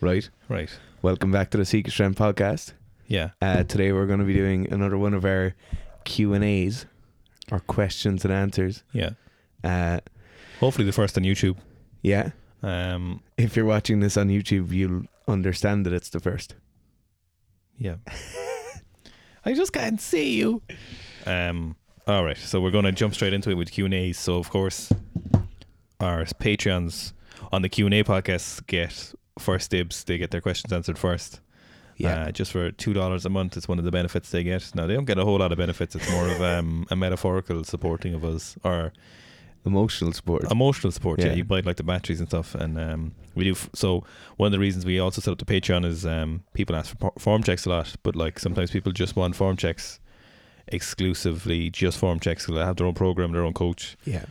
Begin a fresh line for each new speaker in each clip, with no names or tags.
right?
Right.
Welcome back to the Secret Strength podcast.
Yeah.
Uh, today we're going to be doing another one of our Q and A's, or questions and answers.
Yeah.
Uh,
Hopefully the first on YouTube.
yeah,
Um.
if you're watching this on YouTube, you'll understand that it's the first.
Yeah. I just can't see you. Um. All right. So we're going to jump straight into it with Q and A's. So of course, our Patreons on the Q and A podcast get first dibs. They get their questions answered first. Uh, just for two dollars a month, it's one of the benefits they get. Now they don't get a whole lot of benefits. It's more of um, a metaphorical supporting of us or
emotional support.
emotional support. Yeah,
Yeah.
you buy like the batteries and stuff, and um, we do. F- so one of the reasons we also set up the Patreon is um, people ask for por- form checks a lot, but like sometimes people just want form checks exclusively, just form checks. 'cause They have their own program, their own coach,
yeah,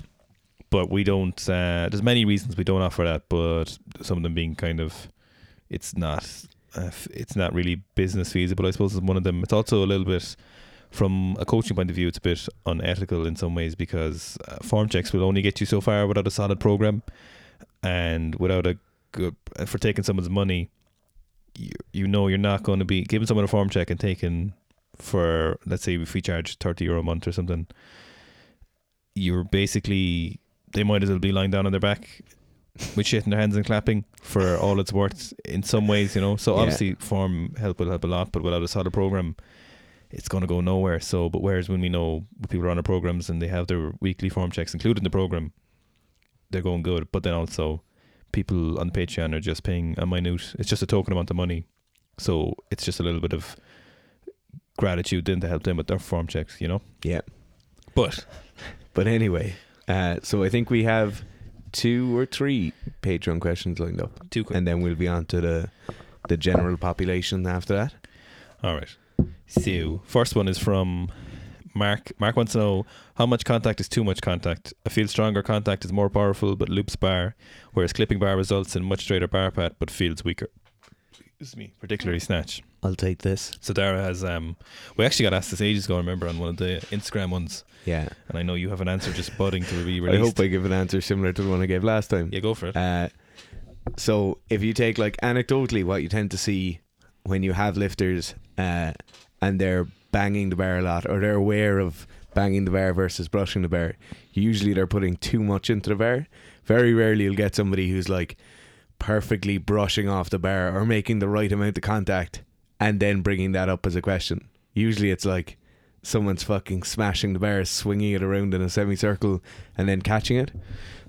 but we don't. Uh, there's many reasons we don't offer that, but some of them being kind of, it's not, uh, f- it's not really business feasible. I suppose is one of them. It's also a little bit. From a coaching point of view, it's a bit unethical in some ways because uh, form checks will only get you so far without a solid program and without a good for taking someone's money. You, you know you're not going to be giving someone a form check and taking for let's say if we charge thirty euro a month or something. You're basically they might as well be lying down on their back with shit in their hands and clapping for all it's worth in some ways, you know. So
Yeah.
obviously form help will help a lot, but without a solid program it's gonna go nowhere. So but whereas when we know people are on our programs and they have their weekly form checks included in the program, they're going good. But then also people on Patreon are just paying a minute it's just a token amount of money. So it's just a little bit of gratitude then to help them with their form checks, you know?
yeah.
But
But anyway, uh, so I think we have two or three Patreon questions lined up,
two
and then we'll be on to the the general population after that.
All right. So, first one is from Mark. Mark wants to know how much contact is too much contact. I feel stronger contact is more powerful, but loops bar, whereas clipping bar results in much straighter bar pat, but feels weaker. Excuse me. Particularly snatch.
I'll take this.
So Dara has. Um, we actually got asked this ages ago. I remember on one of the Instagram ones,
Yeah,
and I know you have an answer just budding to be
I
released.
hope I give an answer similar to the one I gave last time.
yeah, go for it.
Uh, so if you take like anecdotally what you tend to see when you have lifters uh, and they're banging the bar a lot or they're aware of banging the bar versus brushing the bar usually they're putting too much into the bar very rarely you'll get somebody who's like perfectly brushing off the bar or making the right amount of contact and then bringing that up as a question usually it's like someone's fucking smashing the bar swinging it around in a semicircle and then catching it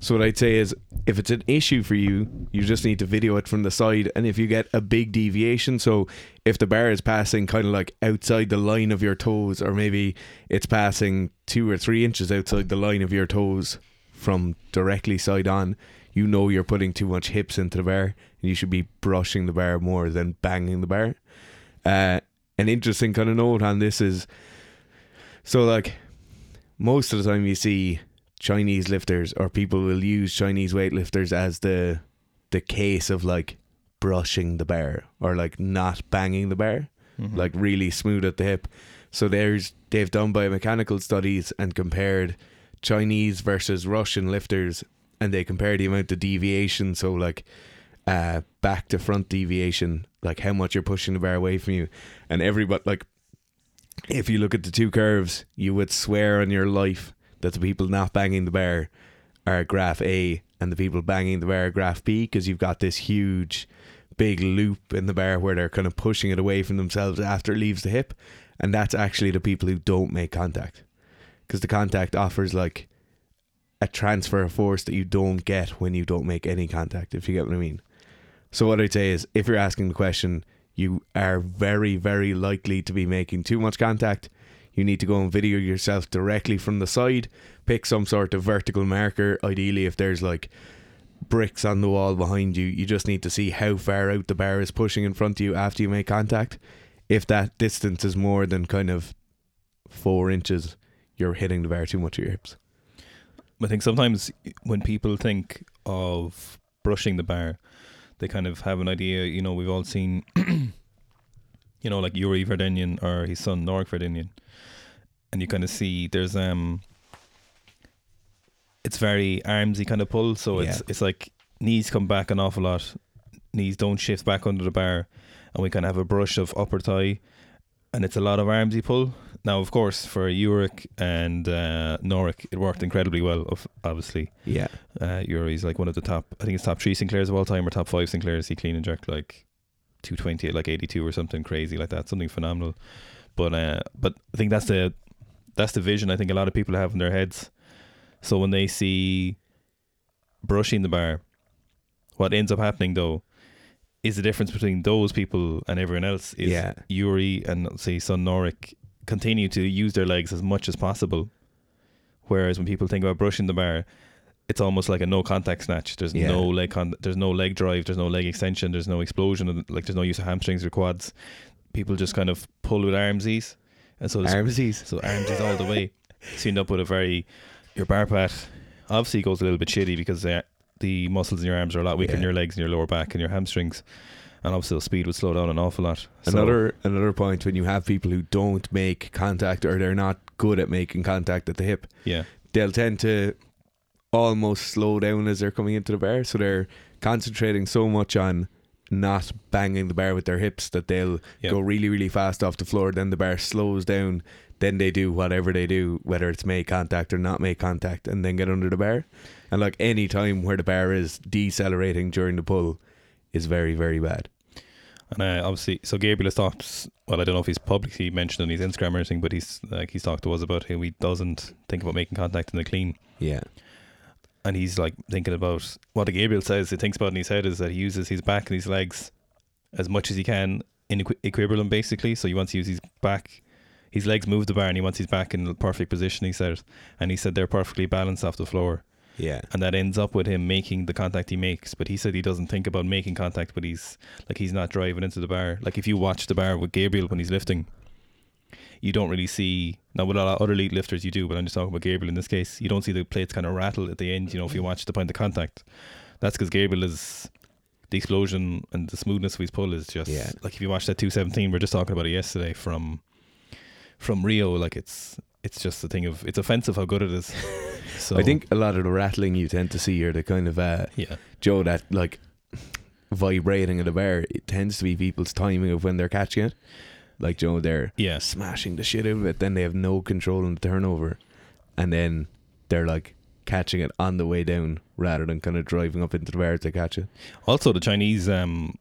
so what I'd say is, if it's an issue for you, you just need to video it from the side. And if you get a big deviation, so if the bar is passing kind of like outside the line of your toes, or maybe it's passing two or three inches outside the line of your toes from directly side on, you know you're putting too much hips into the bar, and you should be brushing the bar more than banging the bar. Uh, an interesting kind of note on this is, so like most of the time you see Chinese lifters or people will use Chinese weightlifters as the the case of like brushing the bar or like not banging the bar,
Mhm.
like really smooth at the hip. So there's they've done biomechanical studies and compared Chinese versus Russian lifters and they compare the amount of deviation, so like uh back to front deviation, like how much you're pushing the bar away from you. And everybody like if you look at the two curves, you would swear on your life that the people not banging the bar are graph A and the people banging the bar are graph B because you've got this huge big loop in the bar where they're kind of pushing it away from themselves after it leaves the hip. And that's actually the people who don't make contact because the contact offers like a transfer of force that you don't get when you don't make any contact, if you get what I mean. So, what I'd say is if you're asking the question, you are very, very likely to be making too much contact. You need to go and video yourself directly from the side. Pick some sort of vertical marker. Ideally, if there's like bricks on the wall behind you, you just need to see how far out the bar is pushing in front of you after you make contact. If that distance is more than kind of four inches, you're hitting the bar too much with your hips.
I think sometimes when people think of brushing the bar, they kind of have an idea. You know, we've all seen, you know, like Yuri Verdinian or his son Norik Verdinian, and you kind of see there's um, it's very armsy kind of pull. So it's
Yeah.
it's like knees come back an awful lot, knees don't shift back under the bar, and we kind of have a brush of upper thigh, and it's a lot of arms you pull. Now, of course, for Uric and uh, Noric, it worked incredibly well. Of obviously,
Yeah.
uh, Uri's like one of the top. I think it's top three Sinclairs of all time, or top five Sinclairs. He clean and jerked like two twenty at like eighty two or something crazy like that. Something phenomenal. But uh, but I think that's the that's the vision I think a lot of people have in their heads. So when they see brushing the bar, what ends up happening though is the difference between those people and everyone else is
Yeah.
Yuri and say Son Noric continue to use their legs as much as possible. Whereas when people think about brushing the bar, it's almost like a no contact snatch. There's
Yeah.
no leg con- there's no leg drive, there's no leg extension, there's no explosion, and, like there's no use of hamstrings or quads. People just kind of pull with armsies. And so the
Armsies.
so arms is all the way. So you end up with a very your bar pat obviously goes a little bit shitty because the, the muscles in your arms are a lot weaker in
Yeah.
your legs and your lower back and your hamstrings. And obviously the speed would slow down an awful lot. So-
Another another point when you have people who don't make contact or they're not good at making contact at the hip,
yeah.
they'll tend to almost slow down as they're coming into the bar. So they're concentrating so much on not banging the bar with their hips that they'll
Yeah.
go really, really fast off the floor. Then the bar slows down. Then they do whatever they do, whether it's make contact or not make contact, and then get under the bar. And like any time where the bar is decelerating during the pull is very, very bad.
And uh, obviously, so Gabriel has talked. Well, I don't know if he's publicly mentioned on his Instagram or anything, but he's like he's talked to us about how he doesn't think about making contact in the clean,
Yeah.
and he's like thinking about what Gabriel says. He thinks about in his head is that he uses his back and his legs as much as he can in equi- equilibrium, basically. So he wants to use his back, his legs move the bar, and he wants his back in the perfect position. He said, and he said they're perfectly balanced off the floor
Yeah.
and that ends up with him making the contact he makes. But he said he doesn't think about making contact, but he's like he's not driving into the bar. Like if you watch the bar with Gabriel when he's lifting, you don't really see now with a lot of other lead lifters you do, but I'm just talking about Gabriel in this case. You don't see the plates kind of rattle at the end. You know if you watch the point of contact, that's because Gabriel is the explosion and the smoothness of his pull is just
Yeah.
like if you watch that 217, we we're just talking about it yesterday from from Rio. Like it's it's just a thing of it's offensive how good it is. So
I think a lot of the rattling you tend to see are the kind of uh,
yeah.
Joe that like vibrating at the bar. It tends to be people's timing of when they're catching it. Like Joe, they're
Yeah,
smashing the shit out of it. Then they have no control on the turnover, and then they're like catching it on the way down rather than kind of driving up into the bar to catch it.
Also, the Chinese um,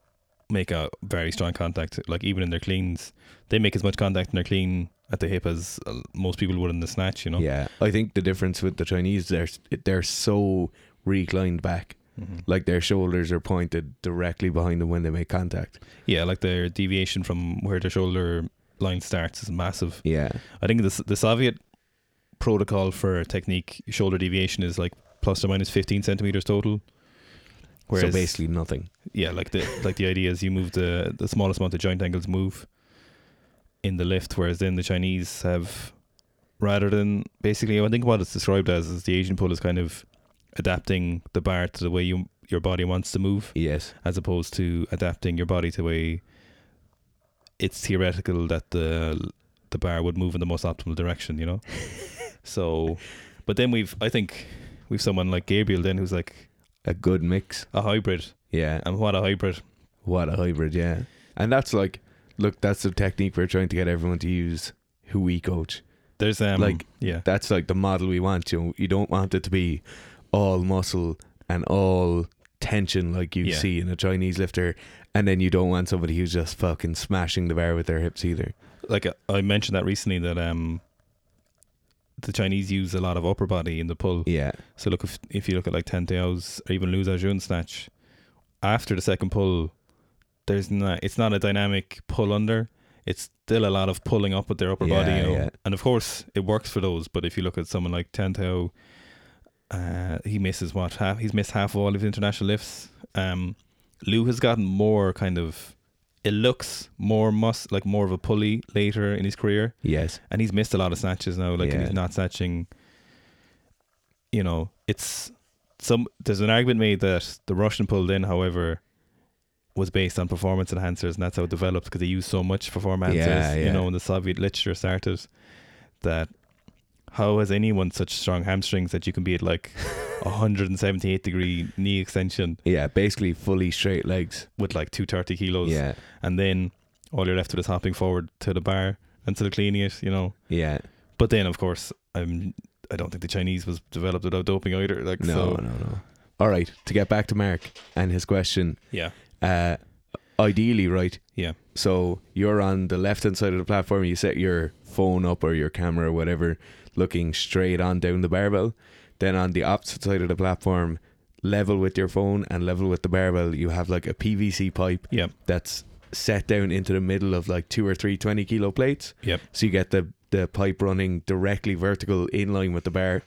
make a very strong contact. Like even in their cleans, they make as much contact in their clean at the hip as uh, most people would in the snatch. You know.
Yeah, I think the difference with the Chinese, they're they're so reclined back.
Mhm.
Like their shoulders are pointed directly behind them when they make contact.
Yeah, like their deviation from where their shoulder line starts is massive.
Yeah,
I think the S- the Soviet protocol for technique shoulder deviation is like plus or minus fifteen centimeters total.
so basically nothing.
yeah, like the like the idea is you move the the smallest amount of joint angles move in the lift, whereas then the Chinese have rather than basically I think what it's described as is the Asian pull is kind of adapting the bar to the way you your body wants to move,
Yes.
as opposed to adapting your body to the way it's theoretical that the the bar would move in the most optimal direction, you know? so but then we've I think we've someone like Gabriel then who's like
A good mix.
a hybrid.
Yeah.
And what a hybrid.
What a hybrid, yeah. And that's like, look, that's the technique we're trying to get everyone to use who we coach.
There's um
Like,
yeah
That's like the model we want. You know, you don't want it to be all muscle and all tension like you
Yeah.
see in a Chinese lifter. And then you don't want somebody who's just fucking smashing the bar with their hips either.
like uh, I mentioned that recently that um the Chinese use a lot of upper body in the pull.
Yeah.
So look if if you look at like ten Teos or even Luza Jun snatch after the second pull, there's not it's not a dynamic pull under. It's still a lot of pulling up with their upper body,
Yeah,
you know.
yeah.
And of course, it works for those. But if you look at someone like Tanteo, uh, he misses what half. He's missed half of all of his international lifts. Um, Lou has gotten more kind of. It looks more mus like more of a pulley later in his career
Yes.
and he's missed a lot of snatches now. Like and
Yeah.
he's not snatching. You know, it's some. There's an argument made that the Russian pulled in, however, was based on performance enhancers, and that's how it developed because they used so much performance
Yeah,
enhancers.
yeah.
You know, when the Soviet literature started, that how has anyone such strong hamstrings that you can be at like 178 degree knee extension
Yeah, basically fully straight legs.
with like 230 kilos?
Yeah,
And then all you're left with is hopping forward to the bar and still cleaning it, you know.
yeah.
But then, of course, I'm. I don't think the Chinese was developed without doping either. Like,
No,
so,
no, no. All right, to get back to Mark and his question.
yeah,
Uh, ideally, right?
yeah,
So you're on the left hand side of the platform. You set your phone up or your camera or whatever, looking straight on down the barbell. Then on the opposite side of the platform, level with your phone and level with the barbell, you have like a PVC pipe
yeah,
that's set down into the middle of like two or three 20 kilo plates.
Yep.
So you get the, the pipe running directly vertical in line with the bar.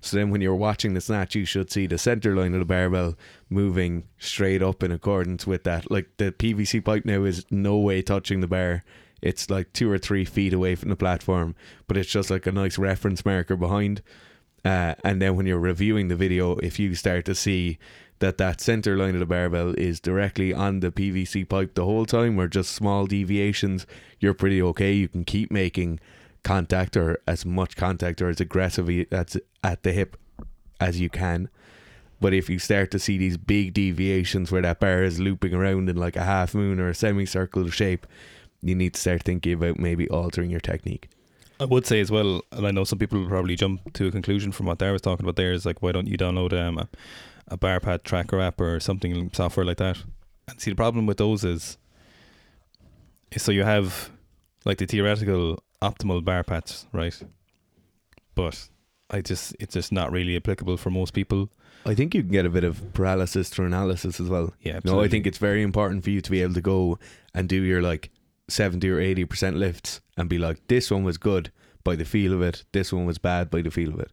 So then when you're watching the snatch, you should see the center line of the barbell moving straight up in accordance with that. Like the PVC pipe now is no way touching the bar. It's like two or three feet away from the platform, but it's just like a nice reference marker behind. Uh, and then when you're reviewing the video, if you start to see that that center line of the barbell is directly on the PVC pipe the whole time, or just small deviations, you're pretty okay. You can keep making contact or as much contact or as aggressive that's at the hip as you can. But if you start to see these big deviations where that bar is looping around in like a half moon or a semicircular shape, you need to start thinking about maybe altering your technique.
I would say as well, and I know some people will probably jump to a conclusion from what Dara was talking about there is like, why don't you download um, a, a bar pad tracker app or something software like that? And see, the problem with those is, is so you have like the theoretical optimal bar pads, right? But I just, it's just not really applicable for most people.
I think you can get a bit of paralysis through analysis as well.
Yeah,
No, I
absolutely.
think it's very important for you to be able to go and do your like 70 or 80% lifts and be like, this one was good by the feel of it, this one was bad by the feel of it.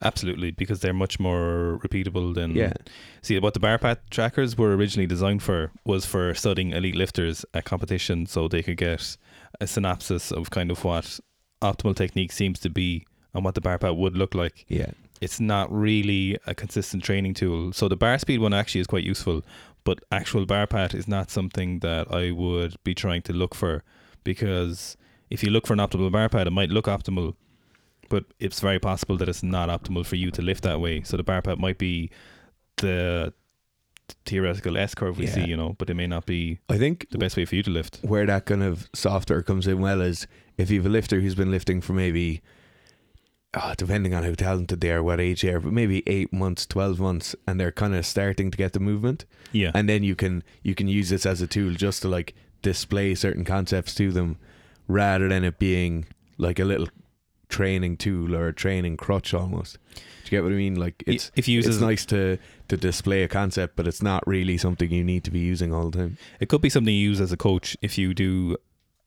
Absolutely, because they're much more repeatable than.
Yeah.
See, what the bar pat trackers were originally designed for was for studying elite lifters at competition so they could get a synopsis of kind of what optimal technique seems to be and what the bar pat would look like.
Yeah.
It's not really a consistent training tool. So the bar speed one actually is quite useful, but actual bar pat is not something that I would be trying to look for because if you look for an optimal bar pad, it might look optimal, but it's very possible that it's not optimal for you to lift that way. So the bar pad might be the theoretical S curve we
Yeah.
see, you know, but it may not be
I think
the best way for you to lift.
where that kind of software comes in well is if you have a lifter who's been lifting for maybe, oh, depending on how talented they are, what age they are, but maybe eight months, 12 months, and they're kind of starting to get the movement.
Yeah.
and then you can you can use this as a tool just to like display certain concepts to them rather than it being like a little training tool or a training crutch almost do you get what i mean like it's
if you use it
it's
as-
nice to to display a concept but it's not really something you need to be using all the time
It could be something you use as a coach if you do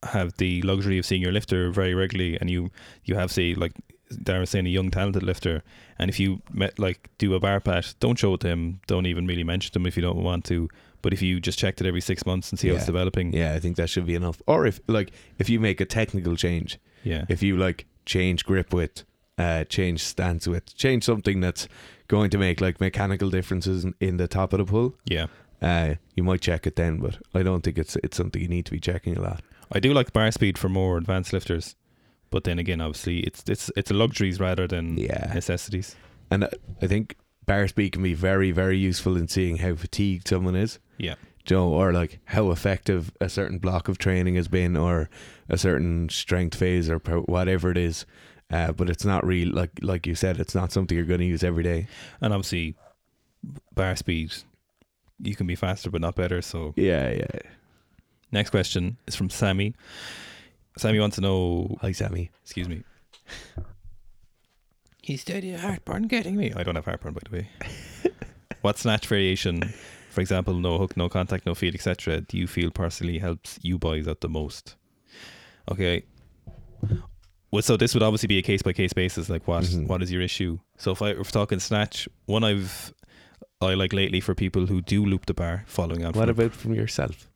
have the luxury of seeing your lifter very regularly, and you you have say like Darren's saying a young talented lifter, and if you met like do a bar pat, don't show it to him, don't even really mention them if you don't want to. But if you just checked it every six months and see how
Yeah.
it's developing,
yeah i think that should be enough or if like if you make a technical change
yeah,
if you like change grip width, uh, change stance width, change something that's going to make like mechanical differences in, in the top of the pull
yeah.
Uh, you might check it then, but I don't think it's it's something you need to be checking a lot.
I do like bar speed for more advanced lifters, but then again, obviously, it's it's it's a luxuries rather than
Yeah.
necessities.
And I, I think bar speed can be very very useful in seeing how fatigued someone is.
Yeah,
You know, or like how effective a certain block of training has been, or a certain strength phase, or pro- whatever it is. Uh, but it's not real, like like you said, it's not something you're going to use every day.
and obviously, bar speed, you can be faster but not better. So
Yeah, yeah.
Next question is from Sammy. Sammy wants to know.
Hi, Sammy.
Excuse me. He's dead of heartburn getting me. I don't have heartburn, by the way. what snatch variation, for example, no hook, no contact, no feed, etc., do you feel personally helps you boys out the most? Okay. Well, so this would obviously be a case by case basis. Like, what
Mhm.
what is your issue? So if I if we're talking snatch, one I've I like lately for people who do loop the bar, following on.
What
from-
about from yourself?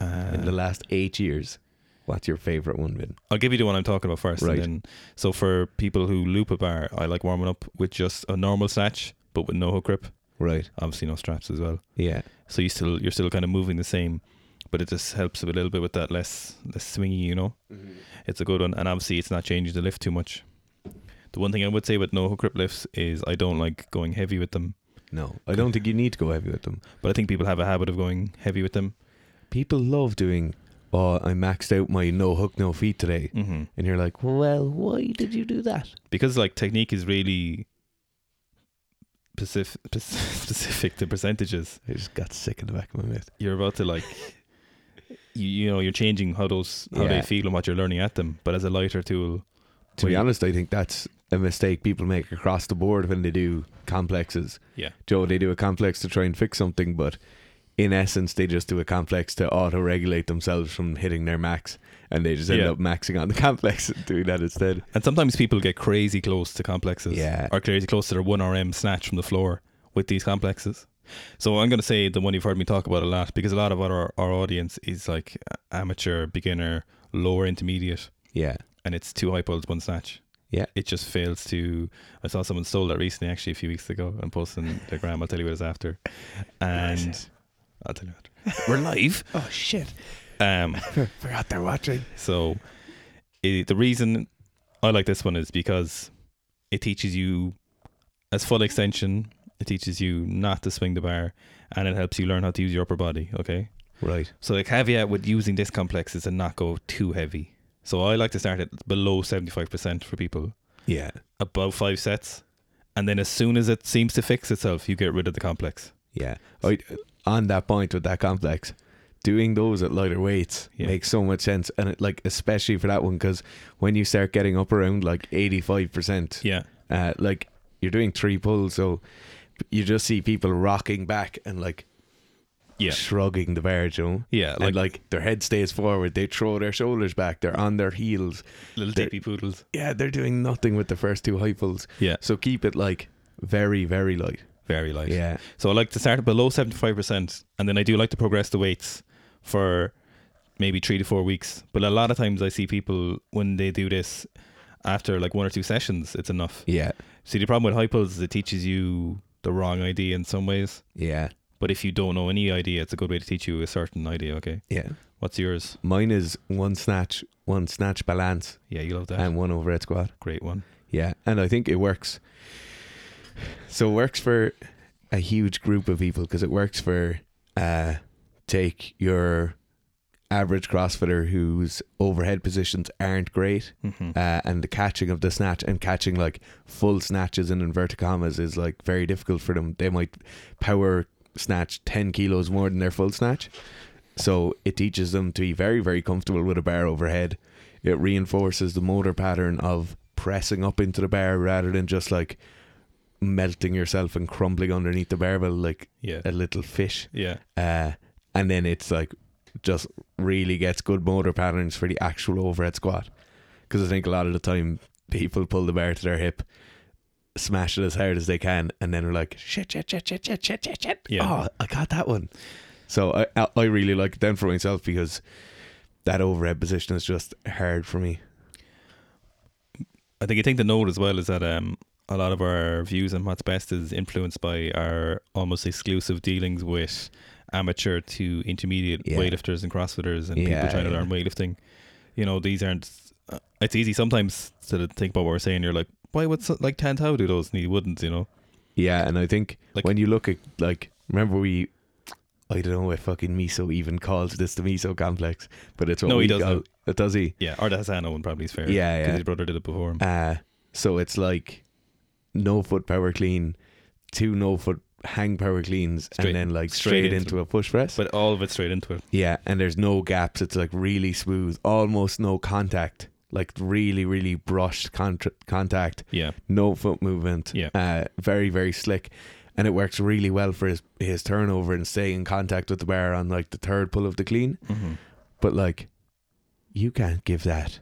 uh,
in the last eight years, what's your favorite one been?
I'll give you the one I'm talking about first. and
Right.
then- so for people who loop a bar, I like warming up with just a normal snatch, but with no hook grip.
Right.
Obviously, no straps as well.
Yeah.
So you still you're still kind of moving the same, but it just helps a little bit with
Mm-hmm.
that less less swingy. You know, it's a good one, and obviously it's not changing the lift too much. The one thing I would say with no hook grip lifts is I don't like going heavy with them,
No, I don't think you need to go heavy with them.
but I think people have a habit of going heavy with them.
People love doing. Oh, I maxed out my no hook, no feet today,
Mm-hmm.
and you're like, well, why did you do that?
because like technique is really specific, specific to percentages.
I just got sick in the back of my mouth.
You're about to like, you, you know, you're changing how those how
Yeah.
they feel and what you're learning at them. But as a lighter tool,
To
Well,
be
you-
honest, I think that's a mistake people make across the board when they do complexes.
Yeah.
Joe, they do a complex to try and fix something, but in essence, they just do a complex to auto regulate themselves from hitting their max, and they just end
Yeah.
up maxing on the complex and doing that instead.
and sometimes people get crazy close to complexes,
Yeah.
or crazy close to their one RM snatch from the floor with these complexes. So I'm going to say the one you've heard me talk about a lot because a lot of our our audience is like amateur, beginner, lower intermediate.
Yeah.
and it's two high poles, one snatch.
Yeah.
It just fails to. I saw someone stole that recently, actually, a few weeks ago, and posted on the gram. I'll tell you what it's after. And I'll tell you after. We're live.
Oh, shit.
Um,
Forgot they're watching.
so i the reason I like this one is because it teaches you as full extension. It teaches you not to swing the bar, and it helps you learn how to use your upper body. Okay.
Right.
So the caveat with using this complex is to not go too heavy. So I like to start at below seventy five percent for people
Yeah.
about five sets, and then as soon as it seems to fix itself, you get rid of the complex.
Yeah. I, on that point with that complex, doing those at lighter weights
Yeah.
makes so much sense. And it, like, especially for that one, because when you start getting up around like 85%,
Yeah,
uh, like you're doing three pulls, so you just see people rocking back and like
yeah,
shrugging the bar, you know?
yeah.
Like,
Like,
and like their head stays forward, they throw their shoulders back, they're on their heels.
little
there-
dippy poodles.
Yeah, they're doing nothing with the first two high pulls.
Yeah,
So keep it like very, very light.
very light.
Yeah.
So I like to start at below seventy five percent, and then I do like to progress the weights for maybe three to four weeks. But a lot of times I see people when they do this after like one or two sessions, it's enough.
Yeah.
See, the problem with high pulls is it teaches you the wrong idea in some ways.
Yeah.
But if you don't know any idea, it's a good way to teach you a certain idea. Okay,
Yeah.
what's yours?
Mine is one snatch, one snatch balance,
Yeah, you love that.
and one overhead squat.
Great one.
Yeah, and I think it works. So it works for a huge group of people because it works for uh, take your average CrossFitter whose overhead positions aren't great,
Mm-hmm.
uh, and the catching of the snatch and catching like full snatches in inverted commas is like very difficult for them. They might power snatch 10 kilos more than their full snatch. So it teaches them to be very, very comfortable with a bar overhead. It reinforces the motor pattern of pressing up into the bar rather than just like melting yourself and crumbling underneath the barbell like
Yeah.
a little fish.
Yeah.
Uh, and then it's like just really gets good motor patterns for the actual overhead squat. Because I think a lot of the time people pull the bar to their hip, smash it as hard as they can, and then are like, shit, shit, shit, shit, shit, shit, shit, shit.
Yeah.
Oh, I got that one. So I, I- I really like it then for myself because that overhead position is just hard for me.
I think a thing to note as well is that um, a lot of our views on what's best is influenced by our almost exclusive dealings with amateur to intermediate
Yeah.
weightlifters and crossfitters and
Yeah,
people trying to
yeah.
learn weightlifting. You know, these aren't. uh, It's easy sometimes to think about what we're saying. You're like, why would so, like Tantau do those? And he wouldn't, you know.
Yeah, and I think
Like-
when you look at like, remember we, I don't know if fucking Miso even calls this the Miso complex, but it's what
No,
we
he doesn't.
call- It does he?
Yeah, or the Hassan one probably is fair.
Yeah,
because
yeah.
his brother did it before him.
Uh, so it's like no foot power clean, two no foot hang power cleans,
Straight-
and then like straight,
straight into
into a push press.
but all of it straight into it.
yeah, and there's no gaps. It's like really smooth, almost no contact, like really, really brushed contra- contact,
Yeah,
no foot movement.
Yeah.
Uh, very, very slick. And it works really well for his, his turnover and staying in contact with the bar on like the third pull of the clean.
mm-hmm.
But like, you can't give that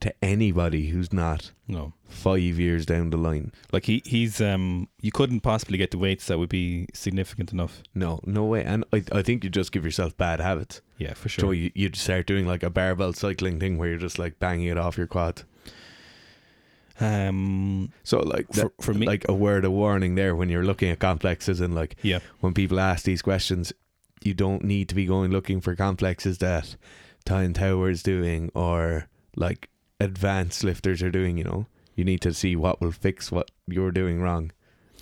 to anybody who's not
no.
five years down the line.
Like he, he's um, you couldn't possibly get the weights that would be significant enough.
No, no way. And I, I think you just give yourself bad habits.
Yeah, for
So
sure.
you, you just start doing like a barbell cycling thing where you're just like banging it off your quad.
Um,
So like that,
for, for me,
like a word of warning there when you're looking at complexes and like
yeah,
when people ask these questions, you don't need to be going looking for complexes that Tyne Tower's doing or like advanced lifters are doing, you know. You need to see what will fix what you're doing wrong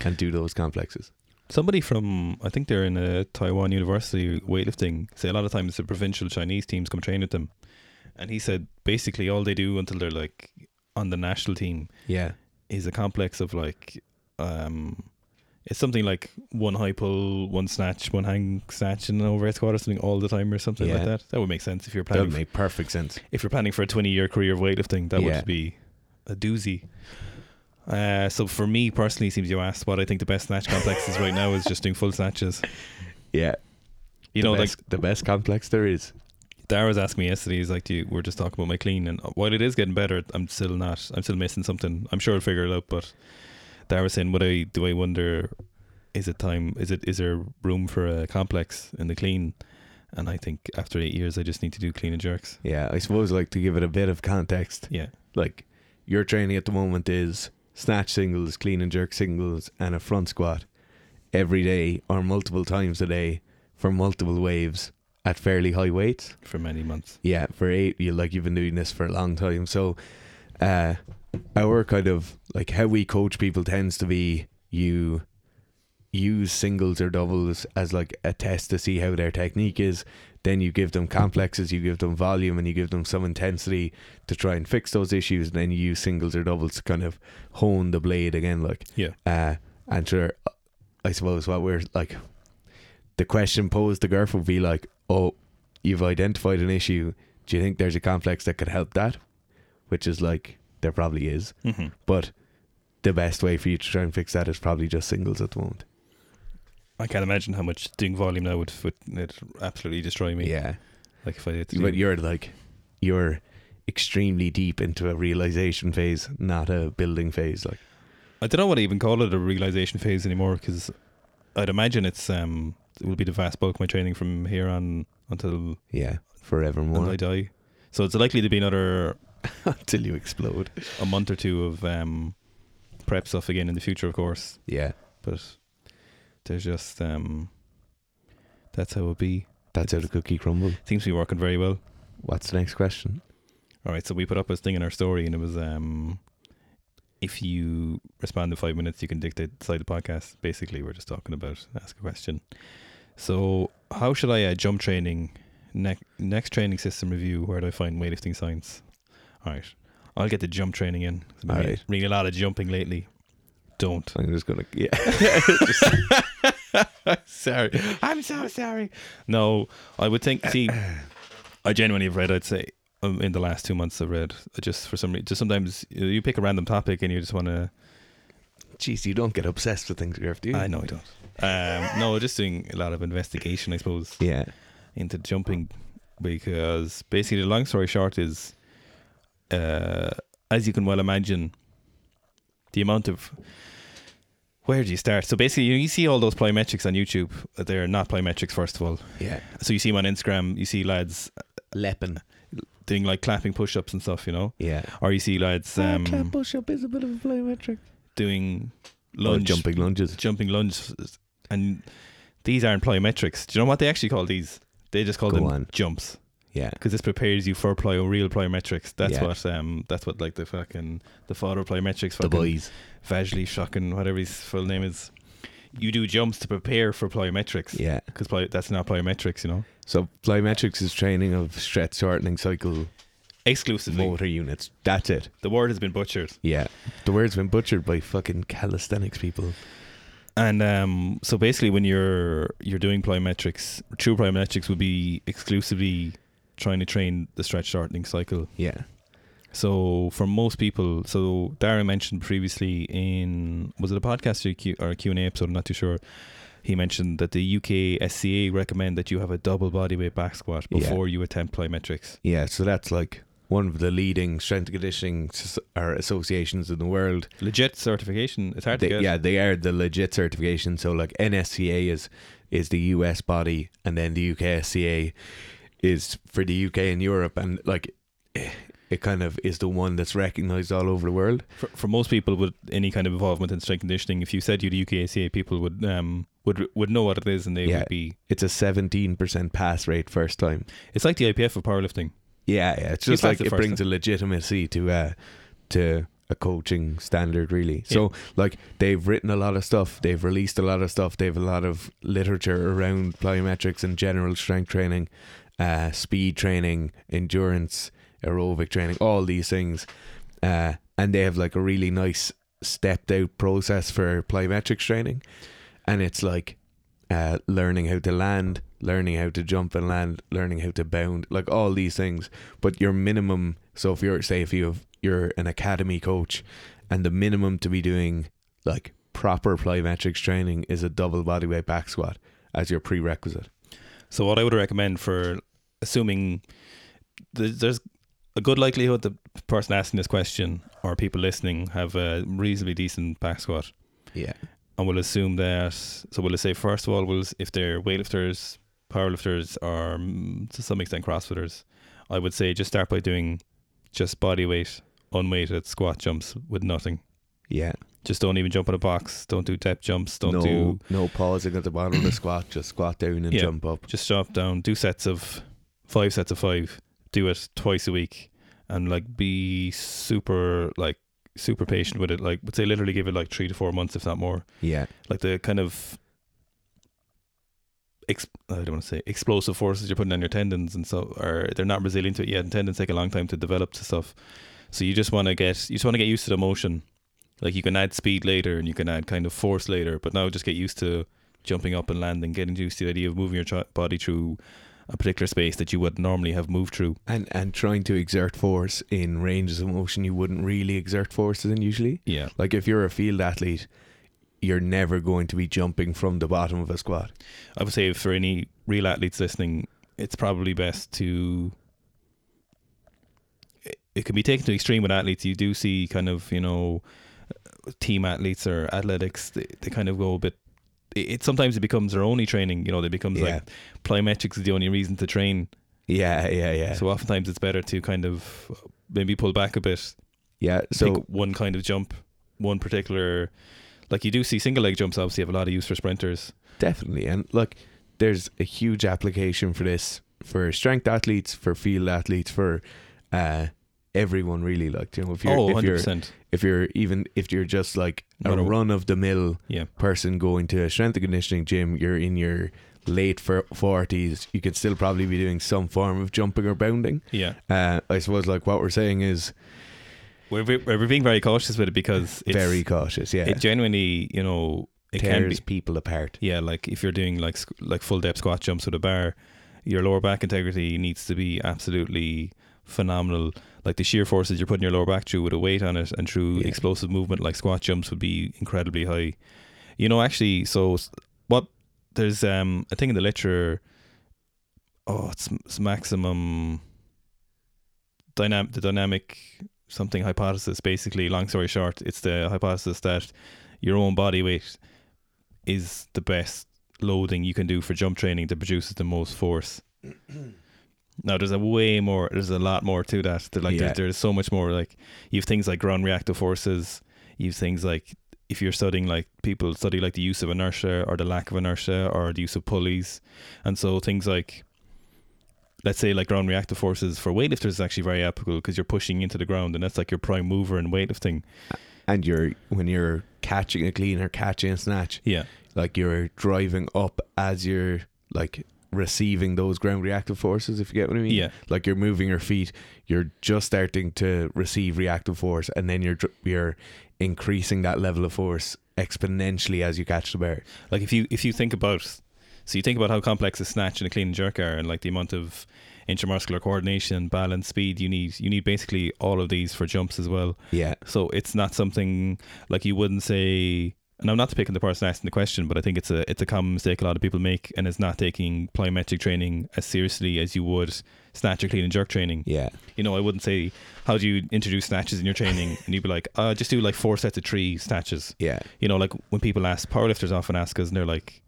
and do those complexes.
Somebody from I think they're in a Taiwan university weightlifting. Say a lot of times the provincial Chinese teams come train with them, and he said basically all they do until they're like on the national team
Yeah.
is a complex of like um it's something like one high pull, one snatch, one hang snatch, and an overhead squat or something all the time or something
Yeah.
like that. That would make sense if you're
That
planning
would make perfect sense.
if you're planning for a 20 year career of weightlifting, that
Yeah.
would be a doozy. Uh, so for me personally, seems you asked what I think the best snatch complex is right now is just doing full snatches.
Yeah.
You
the
know,
best, the best complex there is.
like Dara was asking me yesterday, he's like, "Do you, we're just talking about my clean, and while it is getting better, I'm still not. I'm still missing something. I'm sure I'll figure it out." But Dara was saying, "What I do? I wonder, is it time? Is it is there room for a complex in the clean?" And I think after eight years, I just need to do clean and jerks.
Yeah, I suppose like to give it a bit of context.
Yeah,
Like your training at the moment is snatch singles, clean and jerk singles, and a front squat every day or multiple times a day for multiple waves at fairly high weights.
for many months.
yeah for eight you like you've been doing this for a long time so uh our kind of like how we coach people tends to be you use singles or doubles as like a test to see how their technique is then you give them complexes you give them volume and you give them some intensity to try and fix those issues and then you use singles or doubles to kind of hone the blade again like
Yeah.
uh and sure i suppose what we're like the question posed to Gerf would be like oh you've identified an issue do you think there's a complex that could help that which is like there probably is
Mm-hmm.
but the best way for you to try and fix that is probably just singles at the moment
I can't imagine how much doing volume now would would it'd absolutely destroy me.
yeah
Like if I did. to
but
do-
you're like you're extremely deep into a realization phase not a building phase like
I don't know what I even call it a realization phase anymore because I'd imagine it's um it will be the vast bulk of my training from here on until
yeah
until
forevermore
I die. So it's likely to be another
until you explode
a month or two of um prep stuff again in the future, of course.
yeah
But there's just um that's how it'll be.
that's how the cookie crumbles
Seems to be working very well.
what's the next question
All right, so we put up this thing in our story, and it was um, if you respond in five minutes, you can dictate the side of the podcast. Basically, we're just talking about ask a question. So, how should I uh, jump training next next training system review? Where do I find weightlifting science? All right, I'll get the jump training in. I've been
All
re-
right.
reading a lot of jumping lately. Don't.
i'm just gonna yeah
sorry, I'm so sorry. No, I would think. See, I genuinely have read. I'd say um, in the last two months I've read uh, just for some reason. Just sometimes you, know, you pick a random topic and you just want to.
jeez you don't get obsessed with things Gerf, do you
I know I don't. Um, no, just doing a lot of investigation, I suppose,
yeah
into jumping because basically the long story short is, uh, as you can well imagine, the amount of where do you start? So basically, you, you see all those plyometrics on YouTube. They're not plyometrics, first of all.
yeah
So you see them on Instagram. You see lads
leppin
doing like clapping push-ups and stuff, you know,
yeah
or you see lads um,
push up Oh, is a bit of a plyometric
doing
or
lunge,
jumping lunges
jumping lunge, and these aren't plyometrics. Do you know what they actually call these? They just call
Go
them
on.
jumps
yeah
because this prepares you for plyo, real plyometrics. That's
Yeah.
what um, that's what like the fucking the father of plyometrics,
the
fucking
boys
Vajli Shocking, whatever his full name is. You do jumps to prepare for plyometrics
yeah
because ply- that's not plyometrics, you know,
so plyometrics is training of stretch shortening cycle
exclusively.
motor units that's it
The word has been butchered.
Yeah, the word's been butchered by fucking calisthenics people.
And um, so basically, when you're you're doing plyometrics, true plyometrics would be exclusively trying to train the stretch shortening cycle.
Yeah,
So for most people, so Darren mentioned previously in was it a podcast or a Q, or a Q&A episode? I'm not too sure. He mentioned that the UK SCA recommend that you have a double bodyweight back squat
Yeah.
before you attempt plyometrics.
yeah. So that's like one of the leading strength and conditioning s- or associations in the world.
Legit certification. It's hard to
They,
get.
yeah, they are the legit certification. So like NSCA is is the US body, and then the UKSCA is for the UK and Europe, and like eh, it kind of is the one that's recognized all over the world.
For, for most people with any kind of involvement in strength conditioning, if you said you the UK SCA, people would um would would know what it is and they
Yeah.
would be.
It's a seventeen percent pass rate first time.
It's like the IPF of powerlifting.
Yeah, yeah. It's
You
just
passed
like
it
it
first
brings a legitimacy to uh to a coaching standard, really. So, like, they've written a lot of stuff, they've released a lot of stuff, they've a lot of literature around plyometrics and general strength training, uh, speed training, endurance, aerobic training, all these things. Uh, and they have like a really nice stepped out process for plyometrics training. And it's like uh, learning how to land, learning how to jump and land, learning how to bound, like all these things. But your minimum, so if you're, say, if you have, you're an academy coach and the minimum to be doing like proper plyometrics training is a double bodyweight back squat as your prerequisite.
So what I would recommend for assuming th- there's a good likelihood the person asking this question or people listening have a reasonably decent back squat,
Yeah.
and we'll assume that. So we'll say first of all, we'll s- if they're weightlifters, powerlifters, or mm, to some extent CrossFitters, I would say just start by doing just body weight, unweighted squat jumps with nothing.
Yeah.
Just don't even jump in a box. Don't do depth jumps. Don't
no,
do
no pausing at the bottom of the squat, just squat down and
Yeah.
jump up.
just drop down, do sets of five sets of five, do it twice a week, and like be super like super patient with it. Like would say literally give it like three to four months, if not more.
Yeah.
Like the kind of ex- I don't want to say explosive forces you're putting on your tendons and so are they're not resilient to it yet, and tendons take a long time to develop to stuff. So you just want to get you just want to get used to the motion. Like you can add speed later and you can add kind of force later, but now just get used to jumping up and landing, getting used to the idea of moving your tr- body through a particular space that you would normally have moved through.
And and trying to exert force in ranges of motion you wouldn't really exert force in usually.
Yeah.
Like if you're a field athlete, you're never going to be jumping from the bottom of a squat.
I would say for any real athletes listening, it's probably best to. It, it can be taken to the extreme with athletes. You do see kind of you know, team athletes or athletics. They, they kind of go a bit. It, it sometimes it becomes their only training. You know, it becomes like plyometrics is the only reason to train.
Yeah, yeah, yeah.
So oftentimes it's better to kind of maybe pull back a bit.
yeah,
So
so
one kind of jump, one particular. Like you do see single leg jumps obviously have a lot of use for sprinters.
definitely. And look, there's a huge application for this for strength athletes, for field athletes, for uh everyone really like you know if you're
oh,
if you're
100%.
if you're even if you're just like a
Not a-
run of the mill
Yeah.
person going to a strength and conditioning gym, you're in your late forties, you can still probably be doing some form of jumping or bounding.
Yeah.
Uh, I suppose like what we're saying is
We're, ve- we're being very cautious with it because it's
very cautious. Yeah,
It genuinely, you know, it can
tears
be.
people apart.
Yeah, like if you're doing like squ- like full depth squat jumps with a bar, your lower back integrity needs to be absolutely phenomenal. Like the sheer forces you're putting your lower back through with a weight on it and through
Yeah.
explosive movement like squat jumps would be incredibly high. You know, actually, so s- what there's um a thing in the literature. Oh, it's, it's maximum dynamic the dynamic something hypothesis. Basically, long story short, it's the hypothesis that your own body weight is the best loading you can do for jump training that produces the most force. now there's a way more there's a lot more to that. There- like
Yeah.
there's, there's so much more like you've things like ground reactive forces, you've things like if you're studying like people study like the use of inertia or the lack of inertia or the use of pulleys. And so things like let's say like ground reactive forces for weightlifters is actually very applicable because you're pushing into the ground and that's like your prime mover in weightlifting.
And you're when you're catching a clean or catching a snatch,
Yeah.
like you're driving up as you're like receiving those ground reactive forces. If you get what I mean.
Yeah.
like you're moving your feet you're just starting to receive reactive force and then you're dr- you're increasing that level of force exponentially as you catch the bear
Like if you if you think about so you think about how complex a snatch and a clean and jerk are and like the amount of intramuscular coordination, balance, speed you need you need basically all of these for jumps as well.
yeah
So it's not something like you wouldn't say. And I'm not to pick on the person asking the question, but I think it's a it's a common mistake a lot of people make, and it's not taking plyometric training as seriously as you would snatch or clean and jerk training.
yeah
You know, I wouldn't say how do you introduce snatches in your training, and you'd be like, uh, just do like four sets of three snatches.
yeah
You know, like when people ask powerlifters often ask us, and they're like,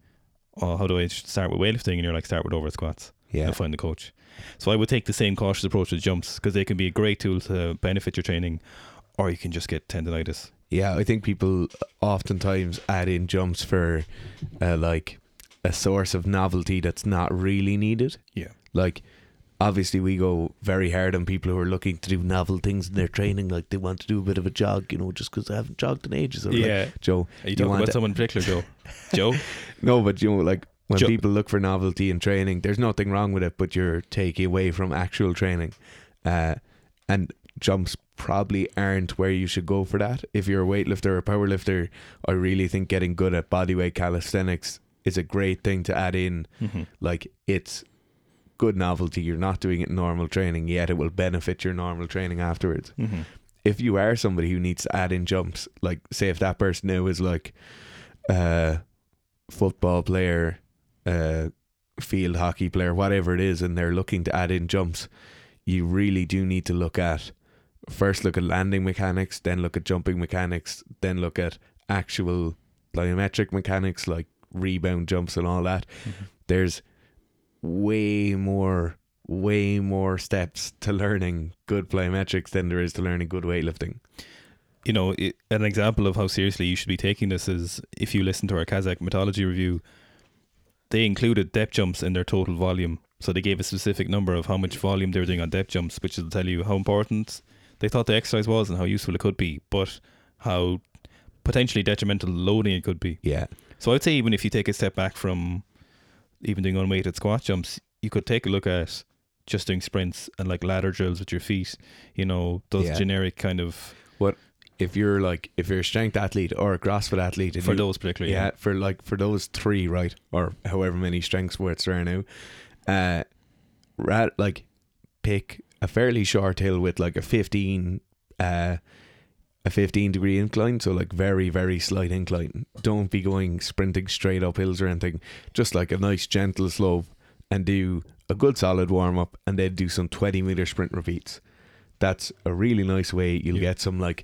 oh, how do I start with weightlifting? And you're like, start with overhead squats
yeah
and find the coach. So I would take the same cautious approach to jumps because they can be a great tool to benefit your training, or you can just get tendonitis.
yeah i think people oftentimes add in jumps for uh, like a source of novelty that's not really needed
Yeah.
like obviously we go very hard on people who are looking to do novel things in their training, like they want to do a bit of a jog, you know, just because they haven't jogged in ages. Or like,
Yeah.
Joe,
Are you
do
talking
want
about
to-
someone in particular, Joe? Joe?
no, but you know, like when
Joe-
people look for novelty in training, there's nothing wrong with it, but you're taking away from actual training, uh, and jumps probably aren't where you should go for that. If you're a weightlifter or a powerlifter, I really think getting good at bodyweight calisthenics is a great thing to add in.
Mhm.
Like it's good novelty. You're not doing it in normal training yet. It will benefit your normal training afterwards
Mhm.
if you are somebody who needs to add in jumps, like say if that person now is like uh football player, uh field hockey player, whatever it is, and they're looking to add in jumps, you really do need to look at first look at landing mechanics, then look at jumping mechanics, then look at actual plyometric mechanics like rebound jumps and all that. There's way more way more steps to learning good plyometrics than there is to learning good weightlifting.
you know, it, an example of how seriously you should be taking this is if you listen to our Kazakh methodology review, they included depth jumps in their total volume. So they gave a specific number of how much volume they were doing on depth jumps, which will tell you how important they thought the exercise was and how useful it could be, but how potentially detrimental loading it could be.
Yeah.
So I'd say even if you take a step back from even doing unweighted squat jumps, you could take a look at just doing sprints and like ladder drills with your feet, you know, those
Yeah.
generic kind of
What if you're like if you're a strength athlete or a CrossFit athlete and
for
you-
those particularly.
yeah, for like for those three, right? Or however many strengths words there are now. Uh ra- like pick a fairly short hill with like a fifteen uh a 15 degree incline, so like very, very slight incline. Don't be going sprinting straight up hills or anything. Just like a nice gentle slope and do a good solid warm up and then do some 20 meter sprint repeats. That's a really nice way. You'll
Yeah.
get some like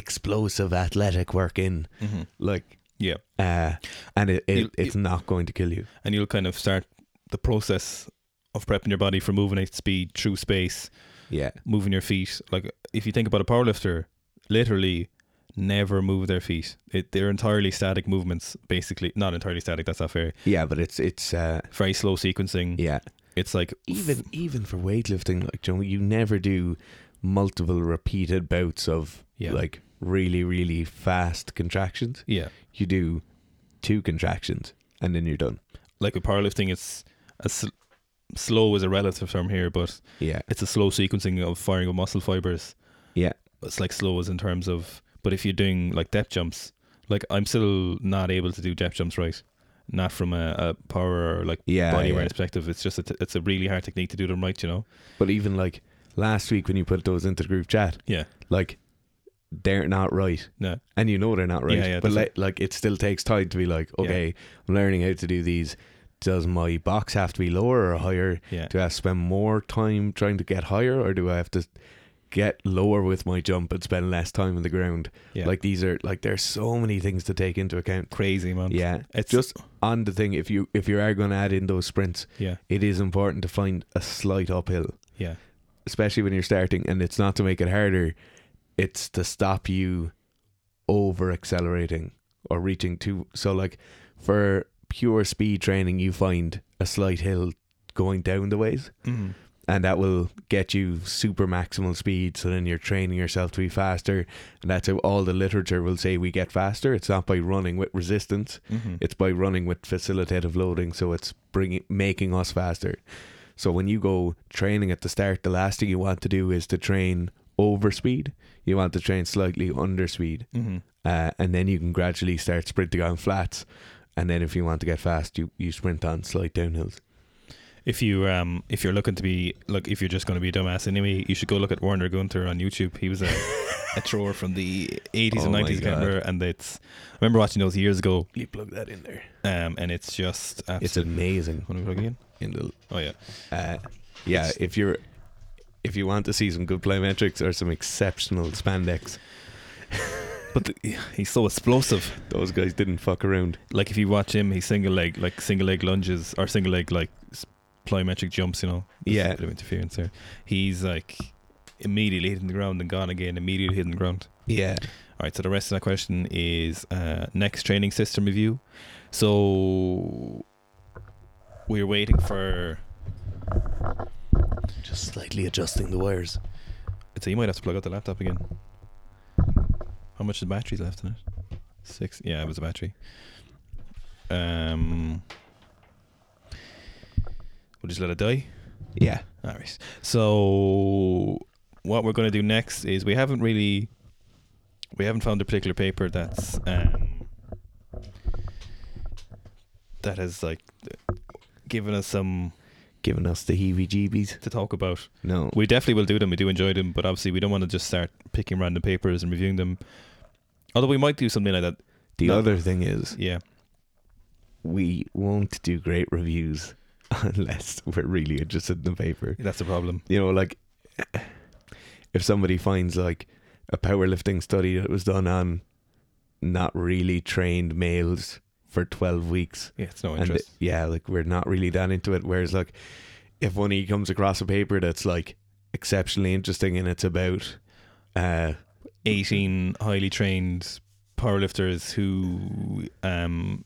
explosive athletic work in.
hmm
Like
Yeah.
uh, and it,
You-
it it's not going to kill you.
And you'll kind of start the process of prepping your body for moving at speed through space,
Yeah,
moving your feet. Like if you think about a powerlifter, literally never move their feet. It, they're entirely static movements, basically. Not entirely static, that's not fair.
yeah, but it's it's uh,
Very slow sequencing.
yeah.
It's like
Even even for weightlifting, like Joe, you never do multiple repeated bouts of
Yeah.
like really really fast contractions.
yeah.
You do two contractions and then you're done.
Like with powerlifting, it's as sl- slow as a relative term here, but
Yeah,
it's a slow sequencing of firing of muscle fibers.
Yeah.
It's like slow as in terms of, but if you're doing like depth jumps, like I'm still not able to do depth jumps right. Not from a, a power or like
yeah,
body
yeah.
awareness perspective. It's just, a t- it's a really hard technique to do them right, you know?
But even like last week when you put those into the group chat,
Yeah.
like they're not right.
No.
and you know they're not right.
Yeah, yeah,
but
that's it.
le- like, it still takes time to be like,
Yeah.
okay, I'm learning how to do these. Does my box have to be lower or higher?
Yeah.
Do I have to spend more time trying to get higher, or do I have to get lower with my jump and spend less time on the ground?
Yeah.
Like these are like there's so many things to take into account.
Crazy, man.
Yeah,
It's
just on the thing. If you if you are going to add in those sprints,
yeah.
it is important to find a slight uphill
Yeah.
especially when you're starting, and it's not to make it harder, it's to stop you over accelerating or reaching too. So, like for pure speed training, you find a slight hill going down the ways,
Mm.
and that will get you super maximal speed. So then you're training yourself to be faster, and that's how all the literature will say we get faster. It's not by running with resistance,
hmm
it's by running with facilitative loading so it's bringing making us faster so when you go training at the start the last thing you want to do is to train over speed you want to train slightly under speed
hmm
uh, and then you can gradually start sprinting on flats and then if you want to get fast you, you sprint on slight downhills
If you um if you're looking to be look if you're just going to be a dumbass anyway, you should go look at Warner Gunther on YouTube. He was a, a thrower from the 80s
Oh
and
my
90s, I can't
God.
remember, and it's I remember watching those years ago.
you plug that in there
Um, and it's just
it's
absolutely.
amazing
Want to plug again?
in the
Oh yeah,
Uh, yeah,
It's-
if you're if you want to see some good plyometrics or some exceptional spandex,
but the, he's so explosive.
those guys didn't fuck around.
Like if you watch him, he's single leg, like single leg lunges or single leg like s- plyometric jumps. You know, There's
Yeah.
a bit of interference there. He's like immediately hitting the ground and gone again. Immediately hitting the ground.
Yeah,
All right, so the rest of that question is uh, next training system review. So we're waiting for.
Just slightly adjusting the wires.
So you E might have to plug out the laptop again. How much of the battery's left in it? Six. Yeah, it was a battery. Um, we'll just let it die.
Yeah.
All right. So what we're going to do next is we haven't really we haven't found a particular paper that's um, that has like given us some
Giving us the heebie jeebies.
to talk about.
No.
We definitely will do them. We do enjoy them, but obviously we don't want to just start picking random papers and reviewing them. Although we might do something like that.
The
No.
other thing is,
Yeah.
we won't do great reviews unless we're really interested in the paper.
That's the problem.
You know, like if somebody finds like a powerlifting study that was done on not really trained males for 12 weeks.
Yeah, it's no
And
interest.
it- yeah, like we're not really that into it. Whereas, like, if one of you comes across a paper that's like exceptionally interesting and it's about, uh,
18 highly trained powerlifters who um,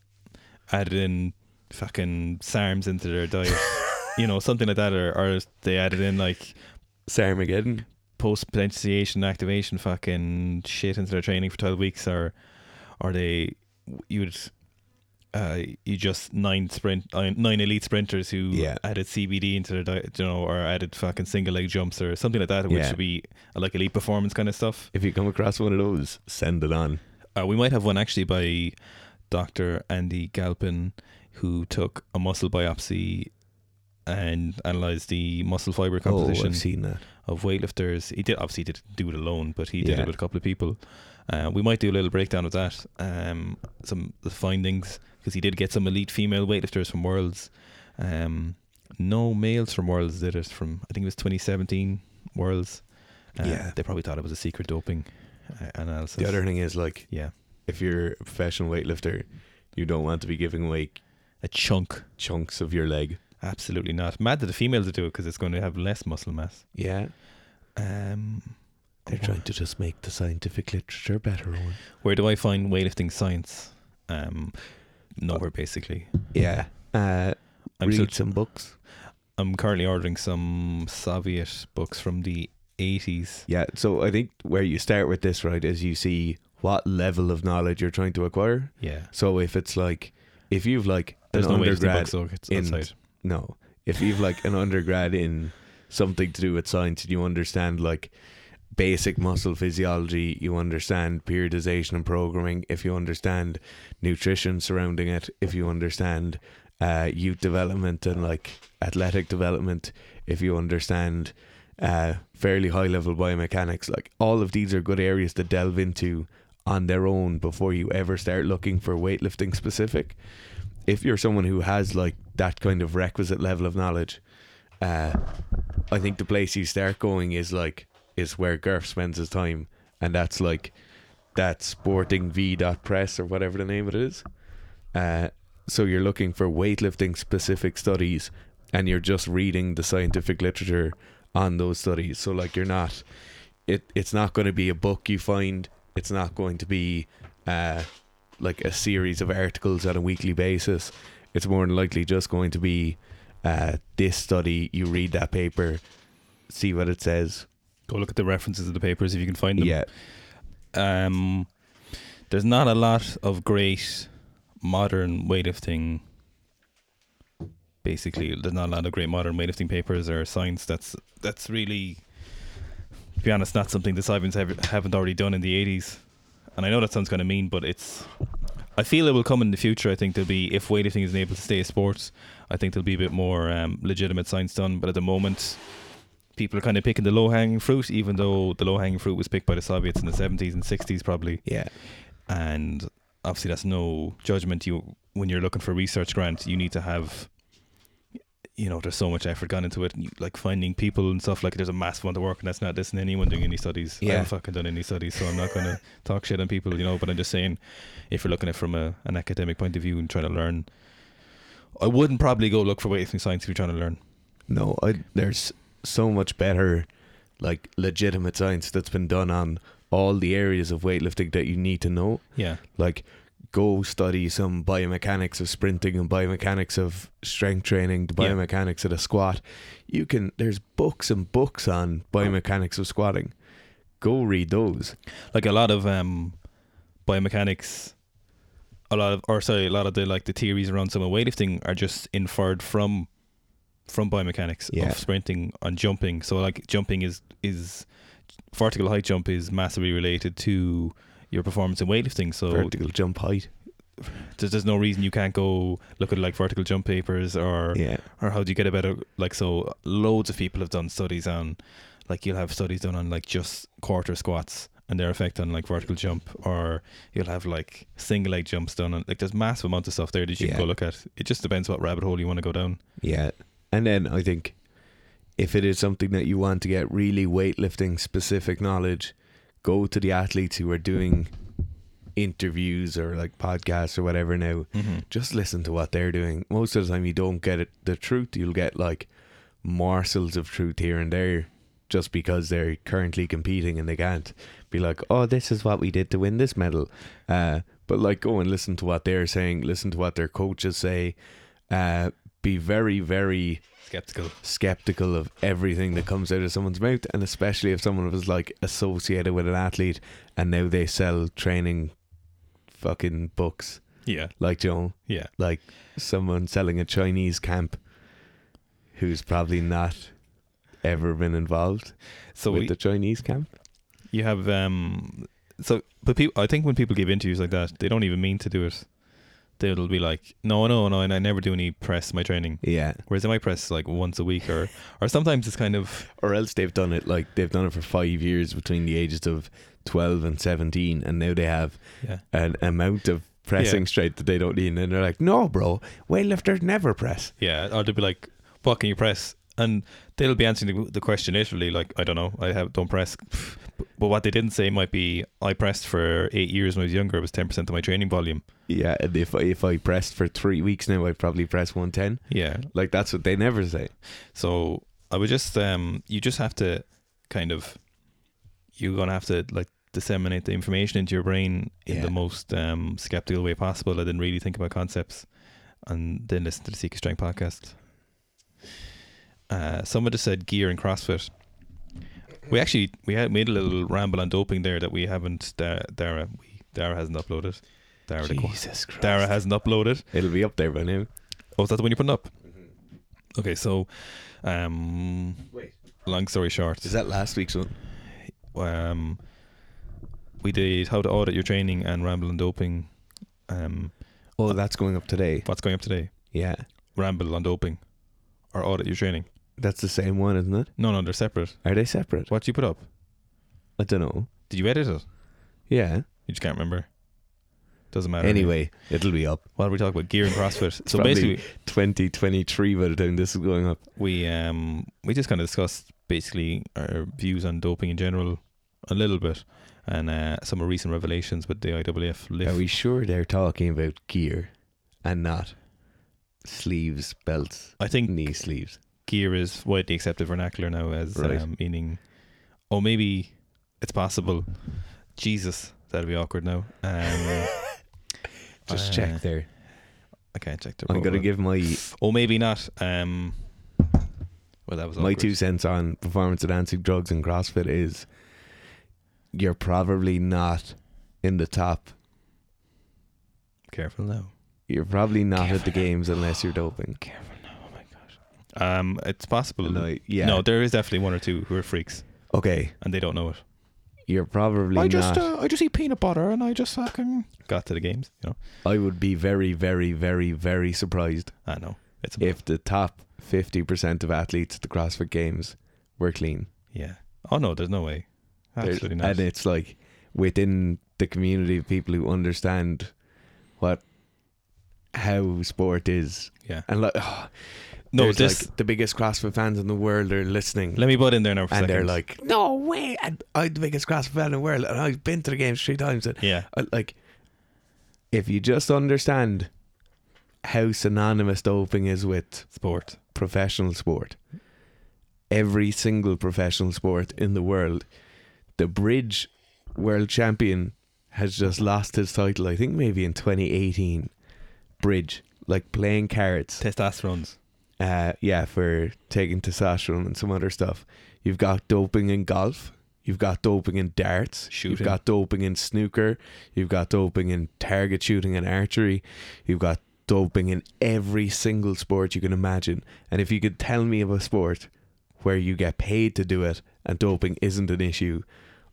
added in fucking SARMs into their diet, you know, something like that, or, or they added in like
Sarmageddon,
post potentiation activation fucking shit into their training for 12 weeks, or or they you'd. Uh, you just nine sprint nine nine elite sprinters who
Yeah.
added CBD into their diet, you know, or added fucking single leg jumps or something like that, which
Yeah.
would be uh, like elite performance kind of stuff.
if you come across one of those, send it on.
Uh, we might have one actually by Dr. Andy Galpin, who took a muscle biopsy and analyzed the muscle fiber
Oh,
composition
I've seen that.
of weightlifters. He did obviously he didn't do it alone, but he did
Yeah.
it with a couple of people. Uh, we might do a little breakdown of that, um, some of the findings, because he did get some elite female weightlifters from Worlds. Um, no males from Worlds did it from I think it was 2017 Worlds. Uh,
Yeah.
they probably thought it was a secret doping uh, analysis.
The other thing is like
yeah.
if you're a professional weightlifter, you don't want to be giving away
a chunk.
chunks of your leg.
Absolutely not. Mad that the females do it because it's going to have less muscle mass.
Yeah,
Um,
they're trying to just make the scientific literature better. Owen.
Where do I find weightlifting science? Um, nowhere basically.
Yeah, uh,
I'm
read
still-
some books.
I'm currently ordering some Soviet books from the 80s.
Yeah, so I think where you start with this right is you see what level of knowledge you're trying to acquire.
Yeah.
So if it's like if you've like
There's
an
no weightlifting
undergrad,
books o- it's
in-
outside.
no, if you've like an undergrad in something to do with science and you understand like basic muscle physiology, you understand periodization and programming, if you understand nutrition surrounding it, if you understand uh, youth development and like athletic development, if you understand uh, fairly high level biomechanics, like all of these are good areas to delve into on their own before you ever start looking for weightlifting specific. If you're someone who has like that kind of requisite level of knowledge, uh, I think the place you start going is like is where Gerf spends his time, and that's like that sporting v dot press or whatever the name of it is. Uh, so you're looking for weightlifting specific studies, and you're just reading the scientific literature on those studies. So like you're not, it it's not going to be a book you find. It's not going to be uh, like a series of articles on a weekly basis. It's more than likely just going to be uh, this study. You read that paper, see what it says.
Go look at the references of the papers if you can find them.
Yeah,
um, there's not a lot of great modern weightlifting. Basically, there's not a lot of great modern weightlifting papers or science that's that's really, to be honest, not something the Sivans ever, haven't already done in the 80s. And I know that sounds kind of mean, but it's. I feel it will come in the future. I think there'll be if weightlifting isn't able to stay a sport, I think there'll be a bit more um, legitimate science done. But at the moment, people are kind of picking the low hanging fruit, even though the low hanging fruit was picked by the Soviets in the 70s and 60s, probably.
yeah,
And obviously, that's no judgment. You when you're looking for research grant, you need to have, you know, there's so much effort gone into it. And you, like finding people and stuff. Like there's a massive amount of work, and that's not listening to anyone doing any studies. I
Yeah.
haven't fucking done any studies, so I'm not going to talk shit on people, you know. But I'm just saying, if you're looking at it from a, an academic point of view and trying to learn. I wouldn't probably go look for weightlifting science if you're trying to learn.
no, I, there's so much better, like legitimate science that's been done on all the areas of weightlifting that you need to know.
Yeah.
Like go study some biomechanics of sprinting and biomechanics of strength training, the
Yeah.
biomechanics of the squat. You can there's books and books on biomechanics of squatting. Go read those.
like a lot of um biomechanics a lot of or sorry a lot of the like the theories around some of weightlifting are just inferred from from biomechanics
Yeah.
of sprinting and jumping so like jumping is is vertical height jump is massively related to your performance in weightlifting so
Vertical jump height.
there's, there's no reason you can't go look at like vertical jump papers or
Yeah.
or how do you get a better like so loads of people have done studies on like you'll have studies done on like just quarter squats and their effect on like vertical jump or you'll have like single leg jumps done on like there's massive amounts of stuff there that you
Yeah.
can go look at it just depends what rabbit hole you want to go down
Yeah. And then I think if it is something that you want to get really weightlifting specific knowledge, go to the athletes who are doing interviews or like podcasts or whatever now.
mm-hmm.
Just listen to what they're doing. Most of the time you don't get it the truth. You'll get like morsels of truth here and there just because they're currently competing and they can't be like, Oh, this is what we did to win this medal. Uh but like go and listen to what they're saying, listen to what their coaches say. Uh be very, very
skeptical
skeptical of everything that comes out of someone's mouth, and especially if someone was like associated with an athlete and now they sell training fucking books,
yeah
like Joan,
yeah
like someone selling a Chinese camp who's probably not ever been involved
so
with
we,
the Chinese camp.
you have um so but people i think when people give interviews like that they don't even mean to do it they'll be like no no no and i never do any press in my training
Yeah.
whereas in my press like once a week or or sometimes it's kind of
Or else they've done it like they've done it for five years between the ages of 12 and 17, and now they have
yeah
an amount of pressing straight that they don't need. And they're like, no, bro, weightlifters never press.
Yeah, or they'll be like, "What can you press?" And they'll be answering the, the question literally like, "I don't know, I have don't press." But what they didn't say might be, "I pressed for eight years when I was younger. It was ten percent of my training volume."
Yeah, and if I, if I pressed for three weeks now, I'd probably press 110.
Yeah,
Like, that's what they never say.
so I would just, um, you just have to kind of, you're gonna have to like disseminate the information into your brain in
Yeah.
the most um, skeptical way possible. I didn't really think about concepts, and then listen to the Seeker Strength podcast. Uh, someone just said gear and CrossFit. We actually we had made a little ramble on doping there that we haven't. Da- Dara, we Dara hasn't uploaded. Dara, the, qu-
Jesus Christ.
Dara hasn't uploaded.
It'll be up there by now.
Oh, is that the one you put up? Okay, so, um,
Mm-hmm. Wait.
long story short,
Is that last week's one?
um, we did how to audit your training and ramble and doping. Um,
Oh, that's going up today.
what's going up today?
Yeah.
Ramble and doping, or audit your training?
That's the same one, isn't it?
No, no, they're separate.
Are they separate?
What did you put up?
I don't know.
Did you edit it?
Yeah.
You just can't remember. Doesn't matter.
Anyway, it'll be up.
what are we talking about? Gear and CrossFit. so
Probably-
basically,
2023 by the time this is going up.
we um we just kind of discussed basically our views on doping in general a little bit and uh, some of recent revelations with the IWF
Are
lift.
we sure they're talking about gear and not sleeves, belts,
I think
knee sleeves?
gear is widely accepted vernacular now as
Right.
um, meaning, or maybe it's possible. Jesus, that'll be awkward now. Um,
Just
uh,
check there.
I can't check the.
I'm going to
profile.
give my
Or maybe not. Um, well, that was
my
awkward.
two cents on performance enhancing drugs and CrossFit is you're probably not in the top.
Careful now.
You're probably not at the
Careful.
games unless you're doping.
Careful now. Oh my gosh. Um, it's possible.
And I- yeah.
No, there is definitely one or two who are freaks
Okay.
and they don't know it.
You're probably not.
uh, I just eat peanut butter and I just fucking got to the games. You know,
I would be very, very, very, very surprised
I know it's a,
if the top 50% of athletes at the CrossFit games were clean.
yeah. Oh no, there's no way.
There's-
Absolutely not.
And it's like within the community of people who understand what how sport is.
Yeah.
And like, oh,
No,
There's,
this.
like the biggest CrossFit fans in the world are listening.
let me butt in there now for a
and
second.
they're like, no way! And I'm the biggest CrossFit fan in the world, and I've been to the games three times. And
yeah,
uh, like, if you just understand how synonymous doping is with
sport.
professional sport, every single professional sport in the world, the bridge world champion has just lost his title. I think maybe in 2018. Bridge, like playing cards.
Testosterones.
uh, yeah, for taking testosterone and some other stuff. You've got doping in golf. You've got doping in darts.
Shooting.
You've got doping in snooker. You've got doping in target shooting and archery. You've got doping in every single sport you can imagine. And if you could tell me of a sport where you get paid to do it and doping isn't an issue,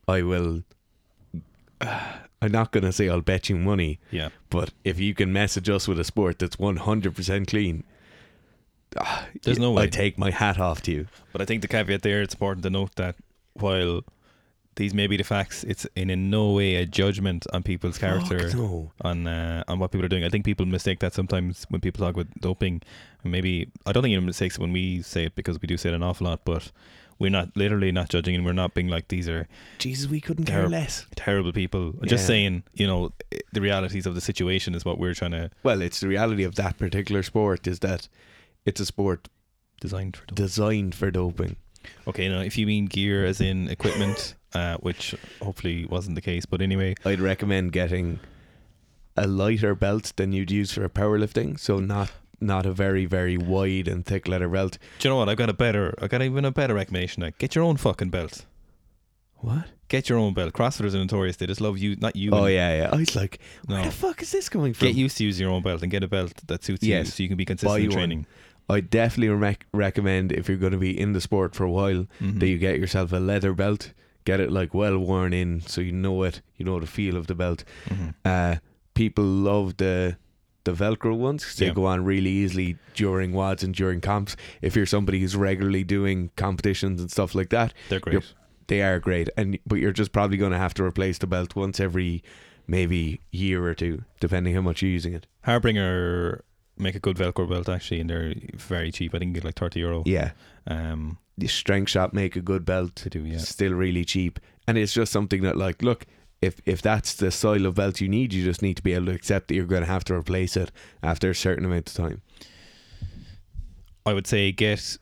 I will. I'm not going to say I'll bet you money,
Yeah.
but if you can message us with a sport that's 100% clean, ah,
There's no
I
way.
take my hat off to you.
But I think the caveat there, it's important to note that while these may be the facts, it's in, in no way a judgment on people's character.
Fuck no.
on uh, on what people are doing. I think people mistake that sometimes when people talk about doping. And Maybe I don't think anyone mistakes it when we say it because we do say it an awful lot, but we're not literally not judging and we're not being like these are
Jesus, we couldn't
Terrible.
care less.
terrible people. I'm Just
Yeah.
saying, you know, i- the realities of the situation is what we're trying to
Well, it's the reality of that particular sport is that it's a sport
design for. Doping.
designed for doping.
Okay, now if you mean gear as in equipment, uh, which hopefully wasn't the case, but anyway,
I'd recommend getting a lighter belt than you'd use for powerlifting, so not not a very very wide and thick leather belt.
do you know what? I've got a better, I got even a better recommendation. Now. Get your own fucking belt.
What?
Get your own belt. Crossfitters are notorious. They just love you, not you.
Oh
and-
yeah, yeah. I was like, where
No.
the fuck is this coming from?
Get used to using your own belt and get a belt that suits you
Yes.
so you can be
Buy
consistent in
one.
training.
I definitely rec- recommend if you're going to be in the sport for a while that you get yourself a leather belt. Get it like well worn in, so you know it. You know the feel of the belt.
Mhm.
Uh, people love the the Velcro ones 'cause they
Yeah.
go on really easily during wads and during comps. If you're somebody who's regularly doing competitions and stuff like that,
They're great.
You're- they are great. And but you're just probably going to have to replace the belt once every maybe year or two, depending how much you're using it.
Harbinger make a good Velcro belt actually, and they're very cheap. I think you get like thirty euro.
Yeah,
Um,
the Strength Shop make a good belt.
to do yeah.
still really cheap. And it's just something that, like, look, if if that's the style of belt you need, you just need to be able to accept that you're going to have to replace it after a certain amount of time.
I would say get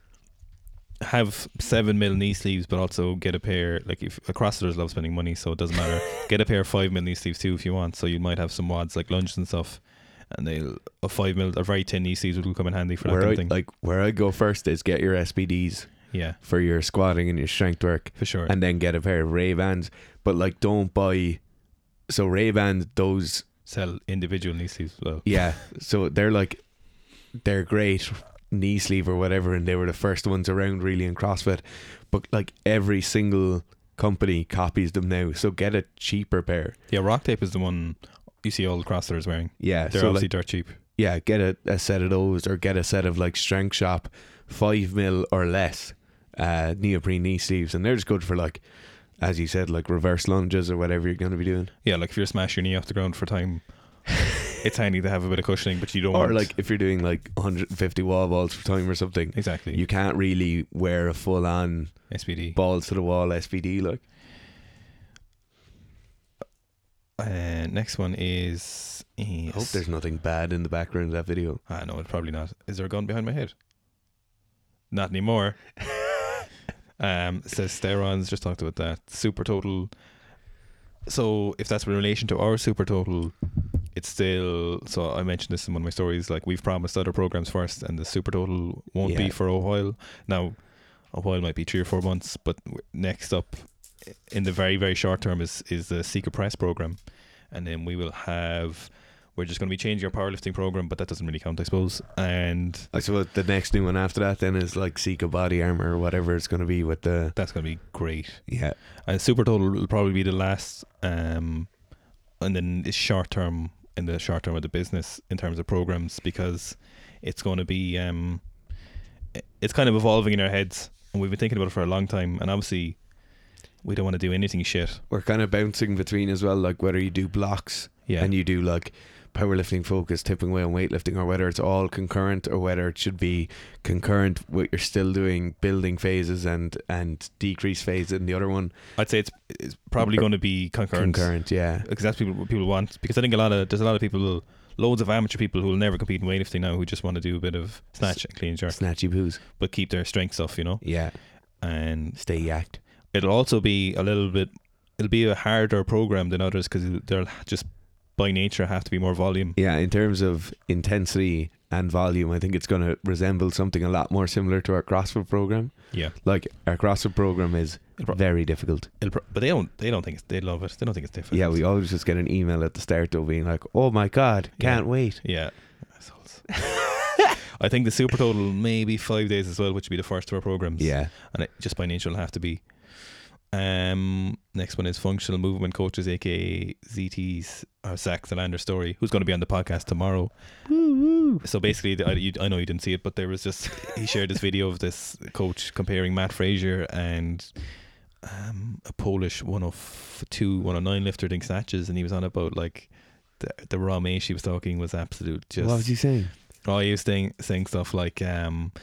have seven mil knee sleeves, but also get a pair. Like if a crossfitters love spending money, so it doesn't matter. get a pair of five mil knee sleeves too if you want. So you might have some wads like lunges and stuff, and they'll a five mil a very thin knee sleeves will come in handy for that
Where
kind
I
of thing.
like where I go first is get your SPDs
yeah,
for your squatting and your strength work,
for sure.
and then get a pair of Ray Bans. But like, don't buy. So Ray Bans, those
Sell individual knee sleeves. as Well,
yeah, so they're like they're great knee sleeve or whatever, and they were the first ones around really in CrossFit. But like every single company copies them now, so get a cheaper pair.
Yeah, rock tape is the one you see all the crossfitters wearing.
Yeah,
They're
so
obviously
like,
dirt cheap.
yeah, get a, a set of those or get a set of like Strength Shop five mil or less uh, neoprene knee sleeves, and they're just good for like, as you said, like reverse lunges or whatever you're going to be doing,
Yeah, like if you're smash your knee off the ground for time, it's handy to have a bit of cushioning, but you don't
or
want
like if you're doing like 150 wall balls for time or something.
exactly
You can't really wear a full on
SPD.
balls to the wall SVD like
Uh, next one is. Yes.
I hope there's nothing bad in the background of that video.
Ah, no, it's probably not. Is there a gun behind my head? Not anymore. um, it says Sterons. Just talked about that. Super total. So if that's in relation to our super total, it's still. So I mentioned this in one of my stories. Like we've promised other programs first, and the super total won't be
Yeah.
for a while. Now, a while might be three or four months, but w- next up, in the very very short term, is is the Secret Press program, and then we will have. We're just going to be changing our powerlifting program, but that doesn't really count, I suppose. And
I suppose the next new one after that then is like Seek a body armor or whatever it's going to be with the
that's going to be great.
yeah
And Uh, Super Total will probably be the last, um, and then it's short term in the short term of the business in terms of programs because it's going to be um, i- it's kind of evolving in our heads, and we've been thinking about it for a long time. And obviously, we don't want to do anything shit.
we're kind of bouncing between as well like whether you do blocks
Yeah,
and you do like powerlifting focus tipping away on weightlifting or whether it's all concurrent or whether it should be concurrent what you're still doing building phases and and decrease phase in the other one
I'd say it's, it's probably going to be concurrent.
concurrent yeah
because that's people, what people want. Because I think a lot of there's a lot of people, loads of amateur people who will never compete in weightlifting now, who just want to do a bit of snatch and clean and jerk,
snatchy poos
but keep their strength stuff, you know.
yeah
And
stay yacked
it'll also be a little bit it'll be a harder program than others because they'll just by nature have to be more volume.
Yeah, in terms of intensity and volume, I think it's going to resemble something a lot more similar to our CrossFit program.
Yeah,
Like our CrossFit program is
It'll pro-
very difficult.
it'll pro- but they don't. They don't think it's, they love it. They don't think it's different.
Yeah, we always just get an email at the start though, being like, "Oh my god, can't
Yeah.
wait."
Yeah. Assholes. I think the super total maybe five days as well, which would be the first of our programs.
Yeah,
and it just by nature will have to be. Um, next one is functional movement coaches, aka ZT's or Zach Zalander story, who's going to be on the podcast tomorrow. So basically, the, I, you, I know you didn't see it, but there was just he shared this video of this coach comparing Matt Frazier and um, a Polish one of two one of nine lifter doing snatches, and he was on about like the the raw mace she was talking was absolute just
what was you saying?
Oh, he was saying saying stuff like, um,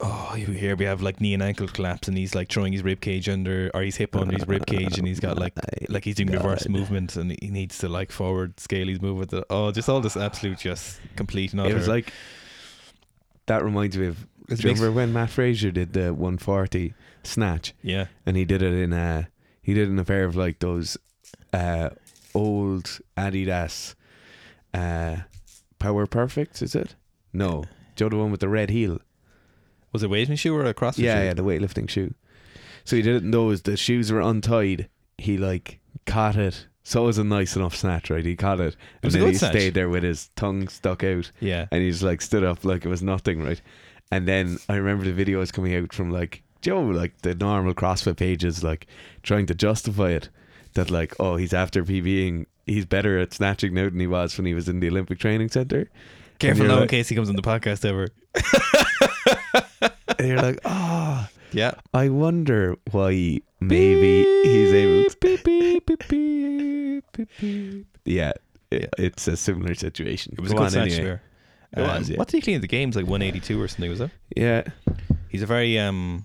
"Oh, you- here we have like knee and ankle collapse, and he's like throwing his rib cage under, or his hip under his rib cage, and he's got like like he's doing reverse
God.
movements, and he needs to like forward scale his move with the oh, just all this absolute just complete and utter.
It was like that reminds me of.
It
do you
makes-
remember when Matt Fraser did the 140 snatch,
yeah,
and he did it in a he did it in a pair of like those uh, old Adidas uh, Power Perfects? Is it? No, Joe the one with the red heel.
was it weightlifting shoe or a CrossFit?
Yeah,
shoe?
yeah, the weightlifting shoe. So he didn't know the shoes were untied. He like caught it. So it was a nice enough snatch, right? He caught it, and
was a
then
good
he
snatch.
stayed there with his tongue stuck out,
yeah.
and he just like stood up like it was nothing, right? And then I remember the video was coming out from like Joe, like the normal CrossFit pages, like trying to justify it that like oh he's after PBing, he's better at snatching now than he was when he was in the Olympic Training Center.
Careful
you're
now in
like-
case he comes on the podcast ever.
And you're like ah.
Yeah,
I wonder why maybe he's able to.
Beep, beep, beep, beep, beep, beep.
Yeah,
Yeah.
it, it's a similar situation.
It was
Go
a
on
good snatch
anyway.
there.
It was, yeah.
What did he clean at the games? Like 182 or something, was it?
Yeah,
He's a very um.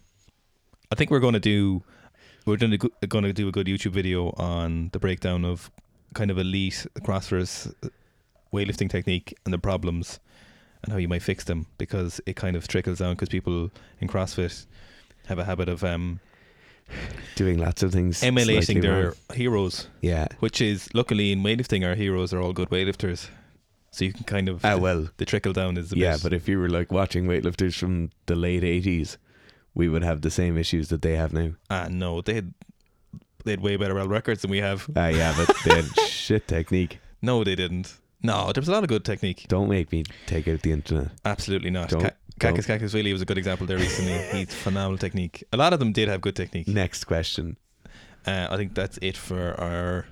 I think we're going to do we're going to going to do a good YouTube video on the breakdown of kind of elite CrossFitters uh, weightlifting technique and the problems and how you might fix them because it kind of trickles down because people in CrossFit have a habit of um
doing lots of things.
emulating
slightly
their
wrong.
heroes,
Yeah.
which is luckily in weightlifting our heroes are all good weightlifters, so you can kind of
Ah, well.
the trickle down is a
Yeah,
bit,
but if you were like watching weightlifters from the late 80s, we would have the same issues that they have now.
ah no they had they had way better world records than we have.
Ah, yeah, but they had shit technique.
No, they didn't. No, there was a lot of good technique.
Don't make me take out the internet.
Absolutely not.
Don't-
Ca- Cactus
don't.
Cactus Wheelie was a good example there recently. He's phenomenal technique. A lot of them did have good technique.
Next question.
Uh, I think that's it for our.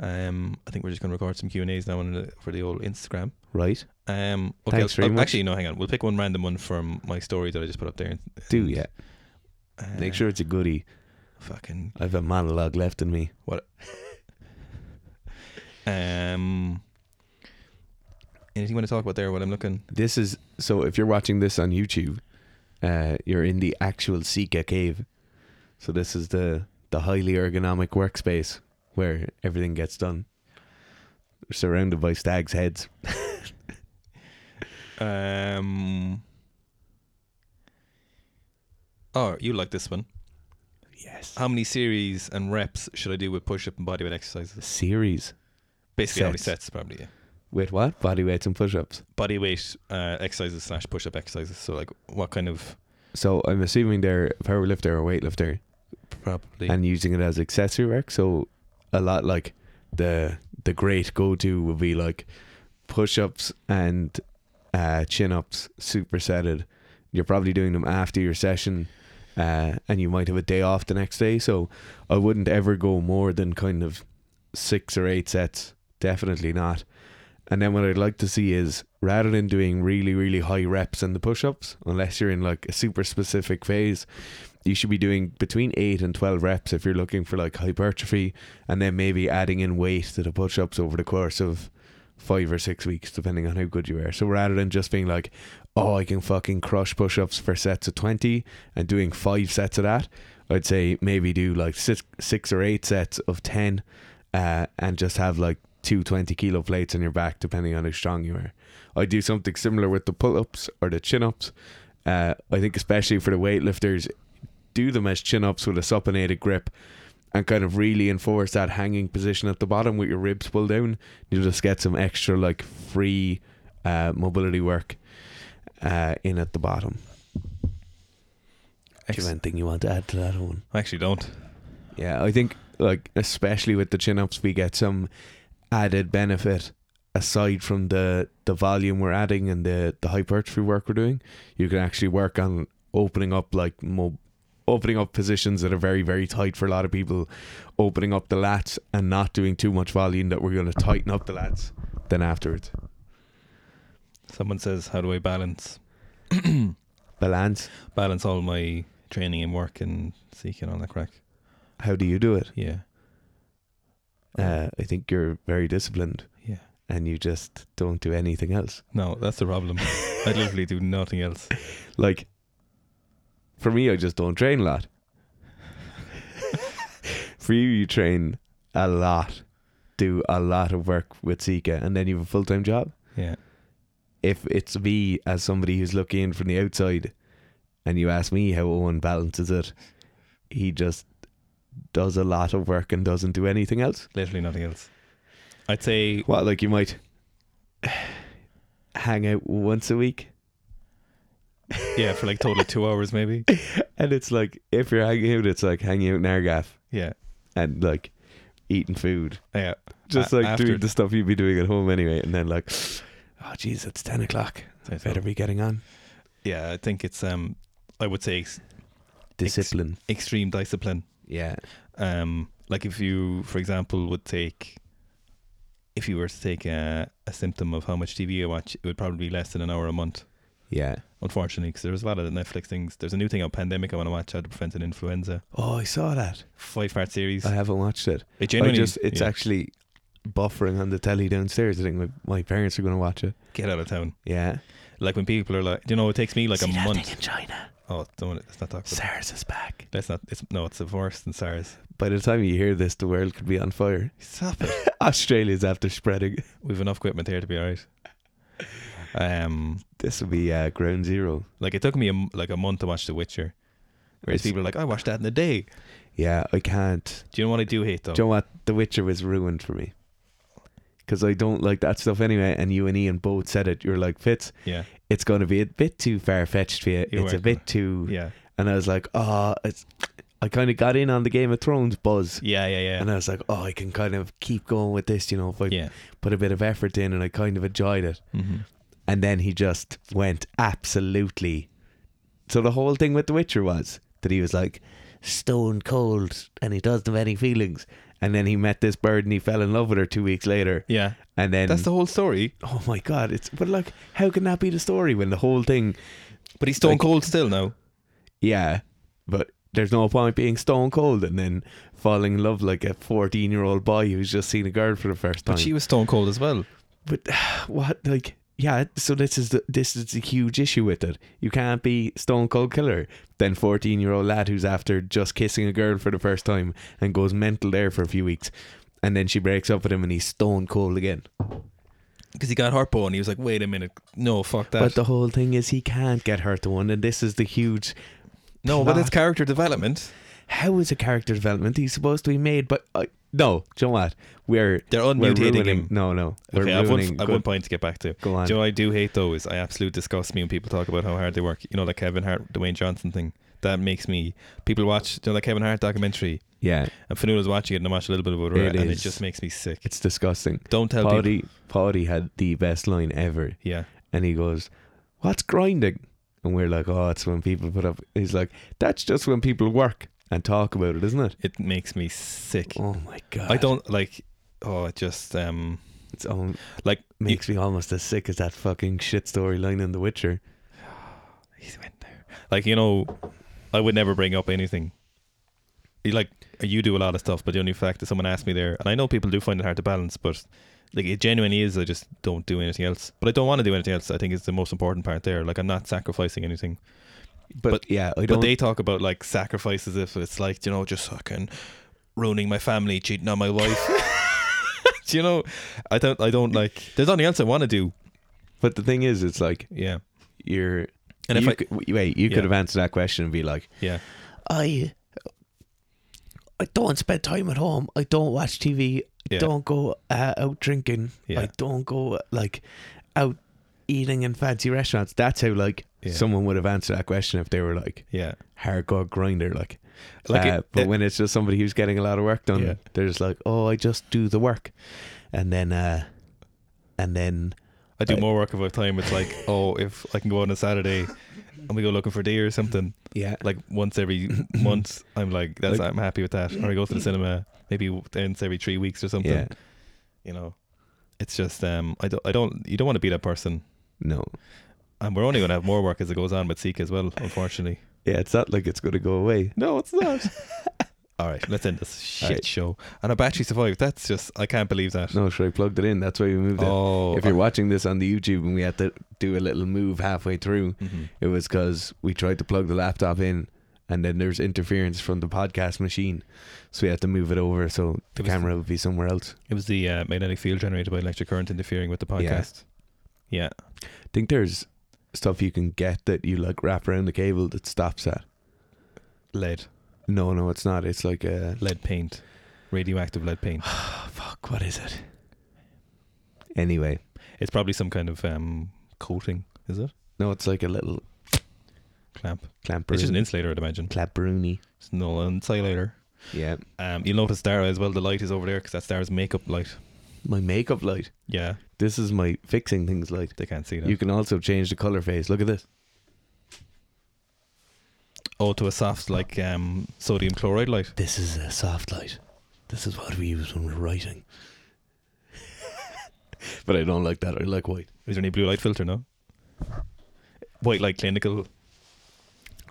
Um, I think we're just going to record some Q and A's now on the, for the old Instagram.
Right?
Um, okay,
Thanks
I'll-
very
I'll-
much.
actually no, hang on. We'll pick one random one from my story that I just put up there. and-
Do yeah.
Uh,
Make sure it's a goodie.
Fucking
I've a monologue left in me.
um. Anything you want to talk about there while I'm looking?
This is so if you're watching this on YouTube, uh, you're in the actual Sika cave. So this is the the highly ergonomic workspace where everything gets done. We're surrounded by stags' heads.
Um. Oh, you like this one.
Yes.
How many series and reps should I do with push up and bodyweight exercises?
Series
Basically, how many
Sets.
sets, probably. Yeah.
with what? Body weights and push ups.
Bodyweight uh, exercises slash push up exercises. So, like, what kind of.
So I'm assuming they're a power lifter or weightlifter
Probably.
and using it as accessory work. So a lot like the the great go to would be like push ups and uh, chin ups supersetted. You're probably doing them after your session, uh, and you might have a day off the next day. So I wouldn't ever go more than kind of six or eight sets. Definitely not. And then what I'd like to see is rather than doing really, really high reps in the push ups, unless you're in like a super specific phase, you should be doing between 8 and 12 reps if you're looking for like hypertrophy and then maybe adding in weight to the push-ups over the course of 5 or 6 weeks depending on how good you are so rather than just being like oh I can fucking crush push-ups for sets of 20 and doing 5 sets of that I'd say maybe do like 6, six or 8 sets of 10 uh, and just have like two 20 kilo plates on your back depending on how strong you are I do something similar with the pull-ups or the chin-ups uh, I think especially for the weightlifters do them as chin ups with a supinated grip and kind of really enforce that hanging position at the bottom with your ribs pulled down, you'll just get some extra like free uh, mobility work uh, in at the bottom. Do you have anything you want to add to that one?
I actually don't.
Yeah, I think like especially with the chin ups, we get some added benefit aside from the the volume we're adding and the the hypertrophy work we're doing. You can actually work on opening up like mo- opening up positions that are very very tight for a lot of people, opening up the lats and not doing too much volume that we're going to tighten up the lats then afterwards.
Someone says, "How do I balance
Balance.
balance all my training and work and seeking on the crack?"
How do you do it?
Yeah,
Uh, I think you're very disciplined
yeah.
and you just don't do anything else.
No, that's the problem. I literally do nothing else.
Like, for me, I just don't train a lot. for you, you train a lot, do a lot of work with Sika, and then you have a full time job.
Yeah,
If it's me as somebody who's looking in from the outside, and you ask me how Owen balances it, he just does a lot of work and doesn't do anything else.
literally nothing else. I'd say
What, like you might hang out once a week?
yeah for like totally two hours maybe.
And it's like, if you're hanging out, it's like hanging out in Argaff.
Yeah,
and like eating food,
yeah.
just
A-
like
after-
doing the stuff you'd be doing at home anyway, and then like, oh geez, it's ten o'clock.
So- so-
Better be getting on.
Yeah, I think it's um, I would say ex-
Discipline.
extreme discipline.
Yeah.
um, like if you, for example, would take, if you were to take a, a symptom of how much TV I watch, it would probably be less than an hour a month,
Yeah.
unfortunately, because there's a lot of the Netflix things. There's a new thing on pandemic I want to watch how to prevent an influenza.
Oh, I saw that.
Five part series.
I haven't watched it.
It
I
genuinely,
just it's
yeah,
actually buffering on the telly downstairs. I think my, my parents are going to watch it.
get out of town.
Yeah.
Like when people are like, you know, it takes me like
See
a
that
month.
thing in China.
Oh, don't let's not talk about. That.
SARS is back.
Let's not. It's no. It's worse than SARS.
By the time you hear this, the world could be on fire.
Stop it.
Australia's after spreading.
We've enough equipment here to be alright. Um,
This would be uh, ground zero.
like it took me a m like a month to watch The Witcher. Whereas
It's-
people are like, I watched that in a day.
Yeah, I can't.
Do you know what I do hate though?
Do you know what? The Witcher was ruined for me. Because I don't like that stuff anyway. And you and Ian both said it. You're like, Fitz,
yeah,
it's going to be a bit too far fetched for you.
You
it's a
weren't
bit too.
yeah,
And I was like, oh, it's. I kind of got in on the Game of Thrones buzz.
yeah, yeah, yeah.
And I was like, oh, I can kind of keep going with this, you know, if I
yeah.
put a bit of effort in and I kind of enjoyed it.
Mm-hmm.
And then he just went absolutely. So the whole thing with The Witcher was that he was like stone cold and he doesn't have any feelings. And then he met this bird and he fell in love with her two weeks later.
Yeah,
And then,
that's the whole story.
oh my god, it's but like, how can that be the story when the whole thing,
But he's stone
Like-
cold still now.
yeah, but there's no point being stone cold and then falling in love like a 14 year old boy who's just seen a girl for the first time.
But she was stone cold as well.
But what like yeah, so this is the this is the huge issue with it. You can't be stone cold killer, then fourteen year old lad who's after just kissing a girl for the first time and goes mental there for a few weeks, and then she breaks up with him and he's stone cold again.
Because he got heartbone. he was like, wait a minute, no, fuck that.
but the whole thing is he can't get her to one, and this is the huge.
no, but
plot.
it's character development.
How is a character development? He's supposed to be made, but uh, no. Do you know what? We're
They're
we're
unmutating
ruining.
him.
No, no. We're
Okay, I have, one,
ruining
I have
good-
one point to get back to.
go on.
Do you know what I do hate though is I absolutely disgust me when people talk about how hard they work. You know, like Kevin Hart, Dwayne Johnson thing. That makes me. People watch, you know, like Kevin Hart documentary,
yeah,
and Fanula's watching it, and I watch a little bit of it,
It
and it
is.
just makes me sick.
it's disgusting.
Don't tell people.
Paddy, Paddy had the best line ever,
Yeah.
and he goes, "What's grinding?" And we're like, "Oh, it's when people put up." He's like, "That's just when people work and talk about it, isn't it?"
It makes me sick.
Oh my god!
I don't like. Oh, it just um
It's all,
like
makes me almost as sick as that fucking shit storyline in The Witcher.
He's went there. Like you know, I would never bring up anything. You like you do a lot of stuff, but the only fact that someone asked me there, and I know people do find it hard to balance, but like it genuinely is. I just don't do anything else, but I don't want to do anything else. I think is the most important part there. Like I'm not sacrificing anything.
But,
But-
yeah, I
But
don't.
they talk about like sacrifices if it's like you know just fucking ruining my family, cheating on my wife. do you know? I don't. I don't like. There's nothing else I want to do.
but the thing is, it's like
Yeah.
you're.
And if
you
I
could, wait, you
Yeah.
could have answered that question and be like,
yeah
"I, I don't spend time at home. I don't watch TV. I
Yeah.
don't go uh, out drinking.
Yeah.
I don't go like out eating in fancy restaurants. That's how like
Yeah.
someone would have answered that question if they were like
Yeah.
hardcore grinder. Like,
Like
Uh,
it-
but
it-
when it's just somebody who's getting a lot of work done,
Yeah.
they're just like, oh, I just do the work, and then uh, and then
I do
I-
more work of my time. It's like, oh, if I can go on a Saturday and we go looking for deer or something,
yeah,
like once every month, I'm like, that's I'm happy with that. Or I go to the cinema maybe once every three weeks or something.
yeah,
You know, it's just um, I don't, I don't, you don't want to be that person.
no,
And we're only going to have more work as it goes on with Seek as well, unfortunately.
yeah. It's not like it's going to go away.
No, it's not. All right, let's end this shit
right. show.
show. And a battery survived. That's just, I can't believe that.
No, should I plugged it in? That's why we moved it.
oh,
If you're watching this on the YouTube and we had to do a little move halfway through,
Mhm.
it was because we tried to plug the laptop in, and then there's interference from the podcast machine, so we had to move it over so
It
the
was-
camera would be somewhere else.
It was the uh, magnetic field generated by electric current interfering with the
Yeah.
podcast. Yeah.
I think there's stuff you can get that you like wrap around the cable that stops that.
Lead.
No, no, it's not. It's like a
Lead paint. Radioactive lead paint.
fuck. What is it? Anyway,
It's probably some kind of um, coating, is it?
no, it's like a little
Clamp.
clamper.
It's just an insulator, I'd imagine.
clamperoonie.
It's no insulator.
Yeah,
Um, you'll notice Dara as well. The light is over there because that's Dara's makeup light.
my makeup light.
Yeah,
This is my fixing things light.
they can't see that.
You can also change the color phase. Look at this.
oh, to a soft like um, sodium chloride light.
This is a soft light. This is what we use when we're writing. but I don't like that. I like white.
Is there any blue light filter? No. White light clinical.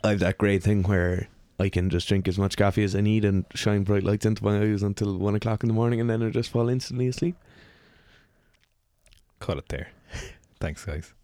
I have that great thing where I can just drink as much coffee as I need and shine bright lights into my eyes until one o'clock in the morning, and then I just fall instantly asleep.
Call it there. Thanks, guys.